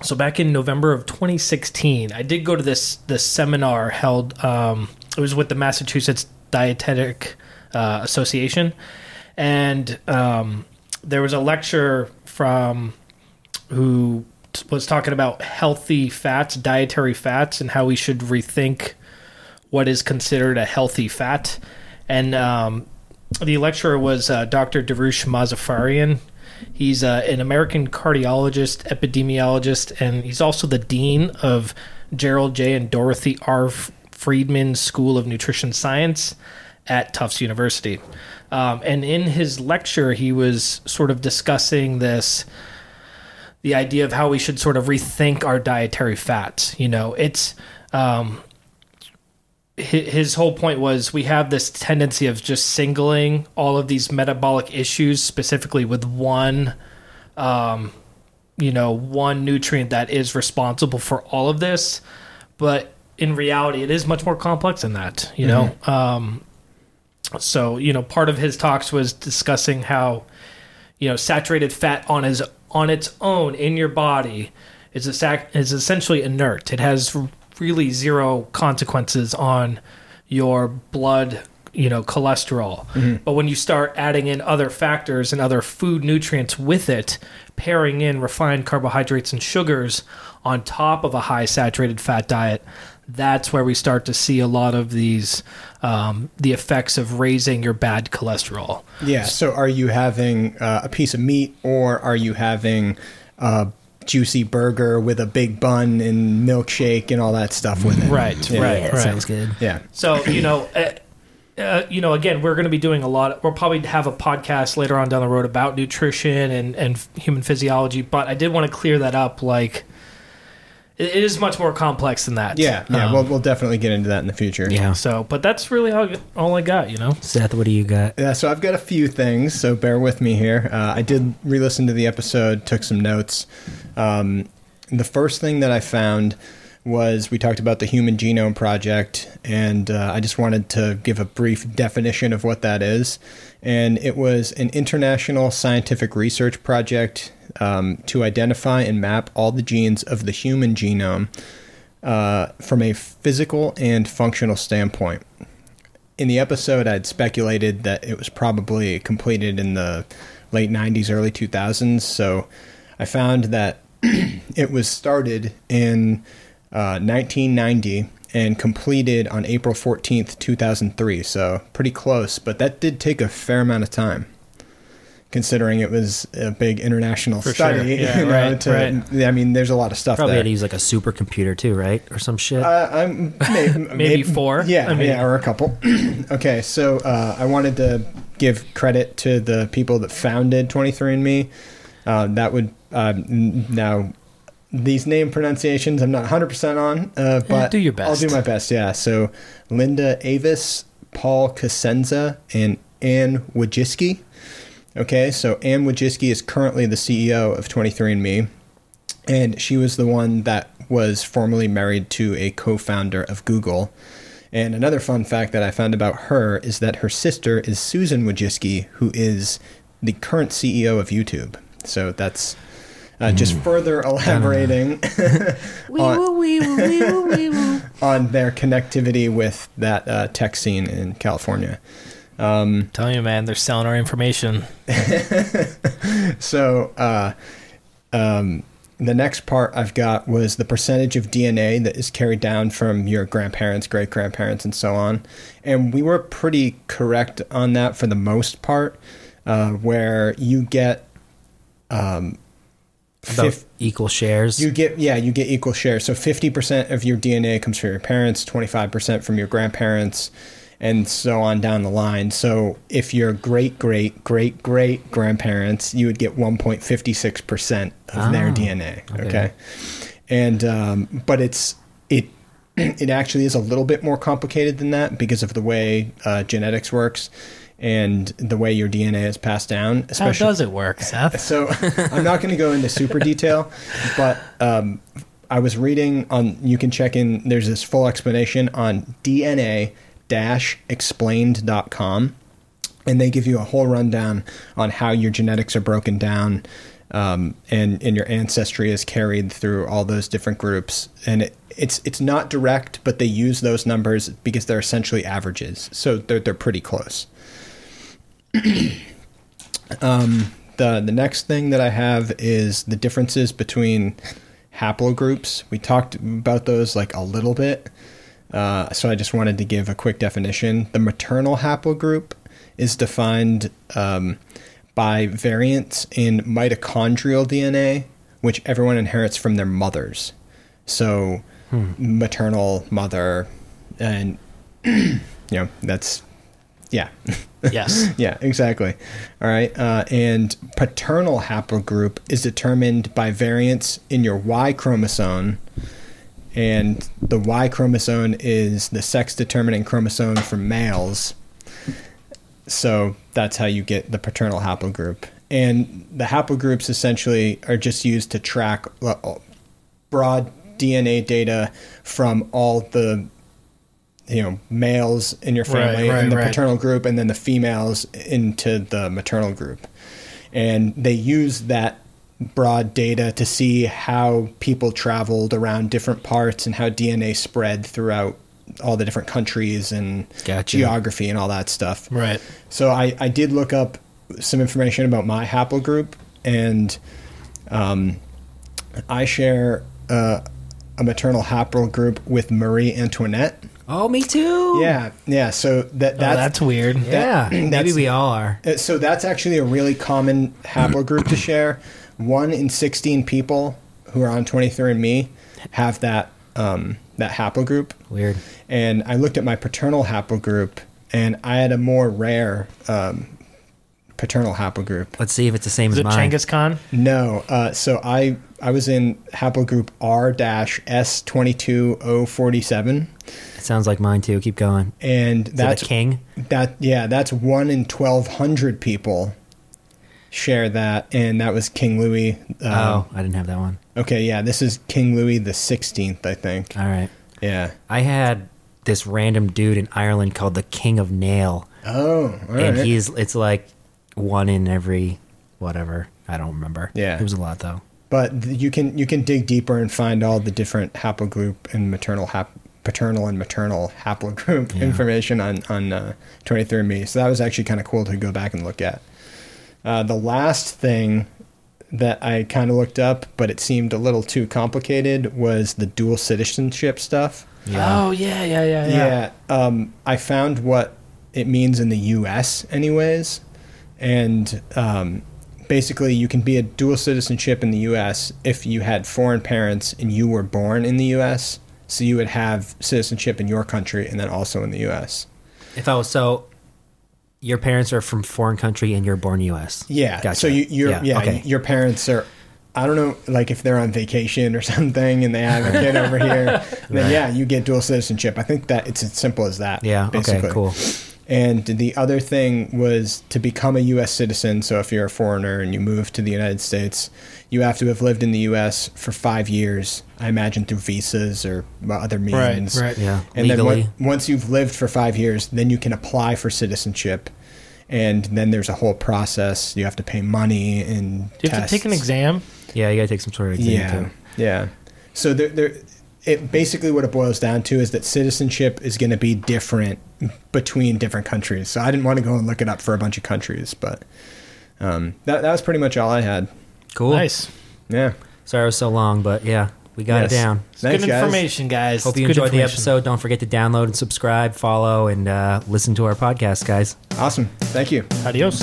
B: so back in November of 2016, I did go to this this seminar held. Um, it was with the Massachusetts Dietetic uh, Association, and um, there was a lecture from who t- was talking about healthy fats, dietary fats, and how we should rethink what is considered a healthy fat. And um, the lecturer was uh, Dr. Darush Mazafarian. He's uh, an American cardiologist, epidemiologist, and he's also the dean of Gerald J. and Dorothy R. Friedman School of Nutrition Science at Tufts University. Um, and in his lecture, he was sort of discussing this the idea of how we should sort of rethink our dietary fats. You know, it's um, hi- his whole point was we have this tendency of just singling all of these metabolic issues specifically with one um, you know one nutrient that is responsible for all of this but in reality it is much more complex than that you know um, so you know part of his talks was discussing how you know saturated fat on his on its own in your body is a sac- is essentially inert it has r- really zero consequences on your blood you know cholesterol but when you start adding in other factors and other food nutrients with it pairing in refined carbohydrates and sugars on top of a high saturated fat diet that's where we start to see a lot of these um, the effects of raising your bad cholesterol
C: Yeah. So, are you having uh, a piece of meat, or are you having a juicy burger with a big bun and milkshake and all that stuff with it?
B: Right,
C: Yeah.
B: right,
A: Yeah,
B: right.
A: sounds good.
C: Yeah.
B: So you know, uh, uh, you know, again, we're going to be doing a lot. We'll probably have a podcast later on down the road about nutrition and and human physiology. But I did want to clear that up. Like, it, it is much more complex than that.
C: Yeah. Yeah.
B: Um,
C: we'll, we'll definitely get into that in the future.
A: Yeah.
B: so, but that's really all, all I got. You know.
A: Seth, what do you got?
C: Yeah, so I've got a few things, so bear with me here. Uh, I did re listen to the episode, took some notes. Um, the first thing that I found was we talked about the Human Genome Project, and uh, I just wanted to give a brief definition of what that is. And it was an international scientific research project um, to identify and map all the genes of the human genome uh, from a physical and functional standpoint in the episode, I'd speculated that it was probably completed in the late 90s, early 2000s. So I found that it was started in uh, 1990 and completed on April 14th, 2003. So pretty close, but that did take a fair amount of time. Considering it was a big international
B: For sure.
C: study,
B: Yeah,
C: you know,
B: right,
C: to,
B: right.
C: I mean, there's a lot of stuff
A: Probably
C: there.
A: had to use like a supercomputer too, right, or some shit.
C: Uh, I'm may, maybe,
B: four?
C: Yeah,
B: I mean-
C: yeah, or a couple. okay, so uh, I wanted to give credit to the people that founded 23andMe. Uh, that would uh, n- now these name pronunciations I'm not 100 percent on, uh, but
B: Eh, do your best.
C: I'll do my best. Yeah. So Linda Avis, Paul Cosenza, and Ann Wojcicki. Okay, so Ann Wojcicki is currently the CEO of 23andMe, and she was the one that was formerly married to a co-founder of Google. And another fun fact that I found about her is that her sister is Susan Wojcicki, who is the current CEO of YouTube. So that's uh, just further elaborating on- on their connectivity with that uh, tech scene in California.
B: I'm telling you, man, they're selling our information.
C: So, uh, um, the next part I've got was the percentage of DNA that is carried down from your grandparents, great grandparents, and so on. And we were pretty correct on that for the most part, uh, where you get um,
A: About
C: fif-
A: equal shares.
C: You get yeah, you get equal shares. So fifty percent of your DNA comes from your parents, twenty five percent from your grandparents, and so on down the line. So if your great great great great grandparents, you would get one point fifty six percent of their
A: Ah,
C: DNA. Okay.
A: okay.
C: And um, but it's it it actually is a little bit more complicated than that because of the way uh, genetics works and the way your DNA is passed down.
B: How
C: Especially
B: does it work, Seth?
C: so I'm not going to go into super detail, but um, I was reading on. You can check in. There's this full explanation on DNA-explained.com, and they give you a whole rundown on how your genetics are broken down, um, and and your ancestry is carried through all those different groups. And it, it's it's not direct, but they use those numbers because they're essentially averages, so they're they're pretty close. the the next thing that I have is the differences between haplogroups. We talked about those like a little bit, uh, so I just wanted to give a quick definition. The maternal haplogroup is defined um, by variants in mitochondrial DNA, which everyone inherits from their mothers. So, maternal mother, and you know that's yeah.
D: Yes.
C: Yeah, exactly. All right. Uh, and paternal haplogroup is determined by variants in your Y chromosome. And the Y chromosome is the sex determining chromosome for males. So that's how you get the paternal haplogroup. And the haplogroups essentially are just used to track uh, broad DNA data from all the you know males in your
D: Right,
C: family
D: right,
C: in the
D: right.
C: paternal group and then the females into the maternal group and they use that broad data to see how people traveled around different parts and how DNA spread throughout all the different countries and
A: Gotcha.
C: geography and all that stuff
D: Right.
B: Oh,
C: so I, I did look up some information about my haplogroup, and um, I share uh, a maternal haplogroup with Marie Antoinette.
A: Oh, me too.
C: Yeah, yeah. So
B: That's,
C: that that's,
B: weird.
A: Yeah. Maybe
C: that's-
A: we all are.
C: uh, so that's actually a really common haplogroup to share. One in sixteen people who are on 23andMe have that um, that haplogroup.
A: Weird.
C: and I looked at my paternal haplogroup, and I had a more rare um, paternal haplogroup.
A: Let's see if it's the same
D: Is
A: as
D: it
A: mine.
D: Genghis Khan?
C: No, uh, so I I was in haplogroup R S oh twenty two O forty seven,
A: It sounds like mine too. Keep going.
C: and
A: Is that
C: that's
A: a king?
C: that yeah, that's one in twelve hundred people share that, and that was King Louis. Uh,
A: oh, I didn't have that one.
C: okay, yeah, this is King Louis the sixteenth, I think.
A: All right.
C: Yeah.
A: I had this random dude in Ireland called the King of Nail,
C: Oh, all
A: and
C: right.
A: he's it's like one in every whatever. I don't remember.
C: Yeah.
A: it was a lot though.
C: But th- you can you can dig deeper and find all the different haplogroup and maternal hap paternal and maternal haplogroup information on on uh, 23andMe. So that was actually kind of cool to go back and look at. Uh, the last thing that I kind of looked up, but it seemed a little too complicated, was the dual citizenship stuff.
A: Yeah.
D: Oh yeah, yeah, yeah, yeah.
C: Yeah, um, I found what it means in the U.S. anyways, and um, basically you can be a dual citizenship in the U.S. if you had foreign parents and you were born in the U.S. So you would have citizenship in your country and then also in the U.S.
A: If I was so, your parents are from foreign country and you're born U.S.
C: Yeah.
A: Gotcha.
C: So you, you're yeah,
A: okay.
C: your parents are. I don't know, like if they're on vacation or something and they have a kid over here, then
A: Right.
C: yeah, you get dual citizenship. I think that it's as simple as that.
A: yeah. Okay.
C: basically.
A: Cool.
C: And the other thing was to become a U.S. citizen. So if you're a foreigner and you move to the United States, you have to have lived in the U.S. for five years. I imagine through visas or other means.
D: right.
A: Yeah.
C: And
A: Legally.
C: then on- once you've lived for five years, then you can apply for citizenship. And then there's a whole process. You have to pay money and
D: Do you have to take an
C: tests.
D: exam?
A: yeah. You gotta take some sort of exam
C: Yeah,
A: too.
C: yeah. So there, there. It basically what it boils down to is that citizenship is going to be different between different countries. So I didn't want to go and look it up for a bunch of countries, but um, that that was pretty much all I had.
A: Cool.
D: Nice.
C: Yeah,
A: Sorry it was so long, but yeah, we got it
C: Yes.
A: down.
D: It's
C: Thanks,
D: good
C: guys.
D: information, guys.
A: Hope
D: It's
A: you
D: good
A: enjoyed the
D: information.
A: episode. Don't forget to download and subscribe, follow, and uh, listen to our podcast, guys.
C: Awesome. Thank you.
D: Adios.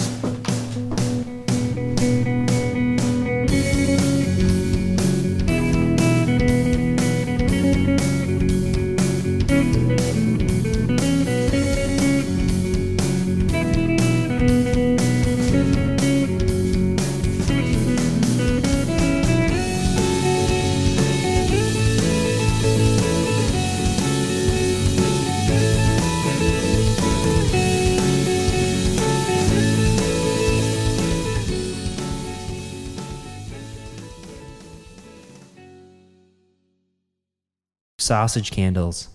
A: Sausage candles.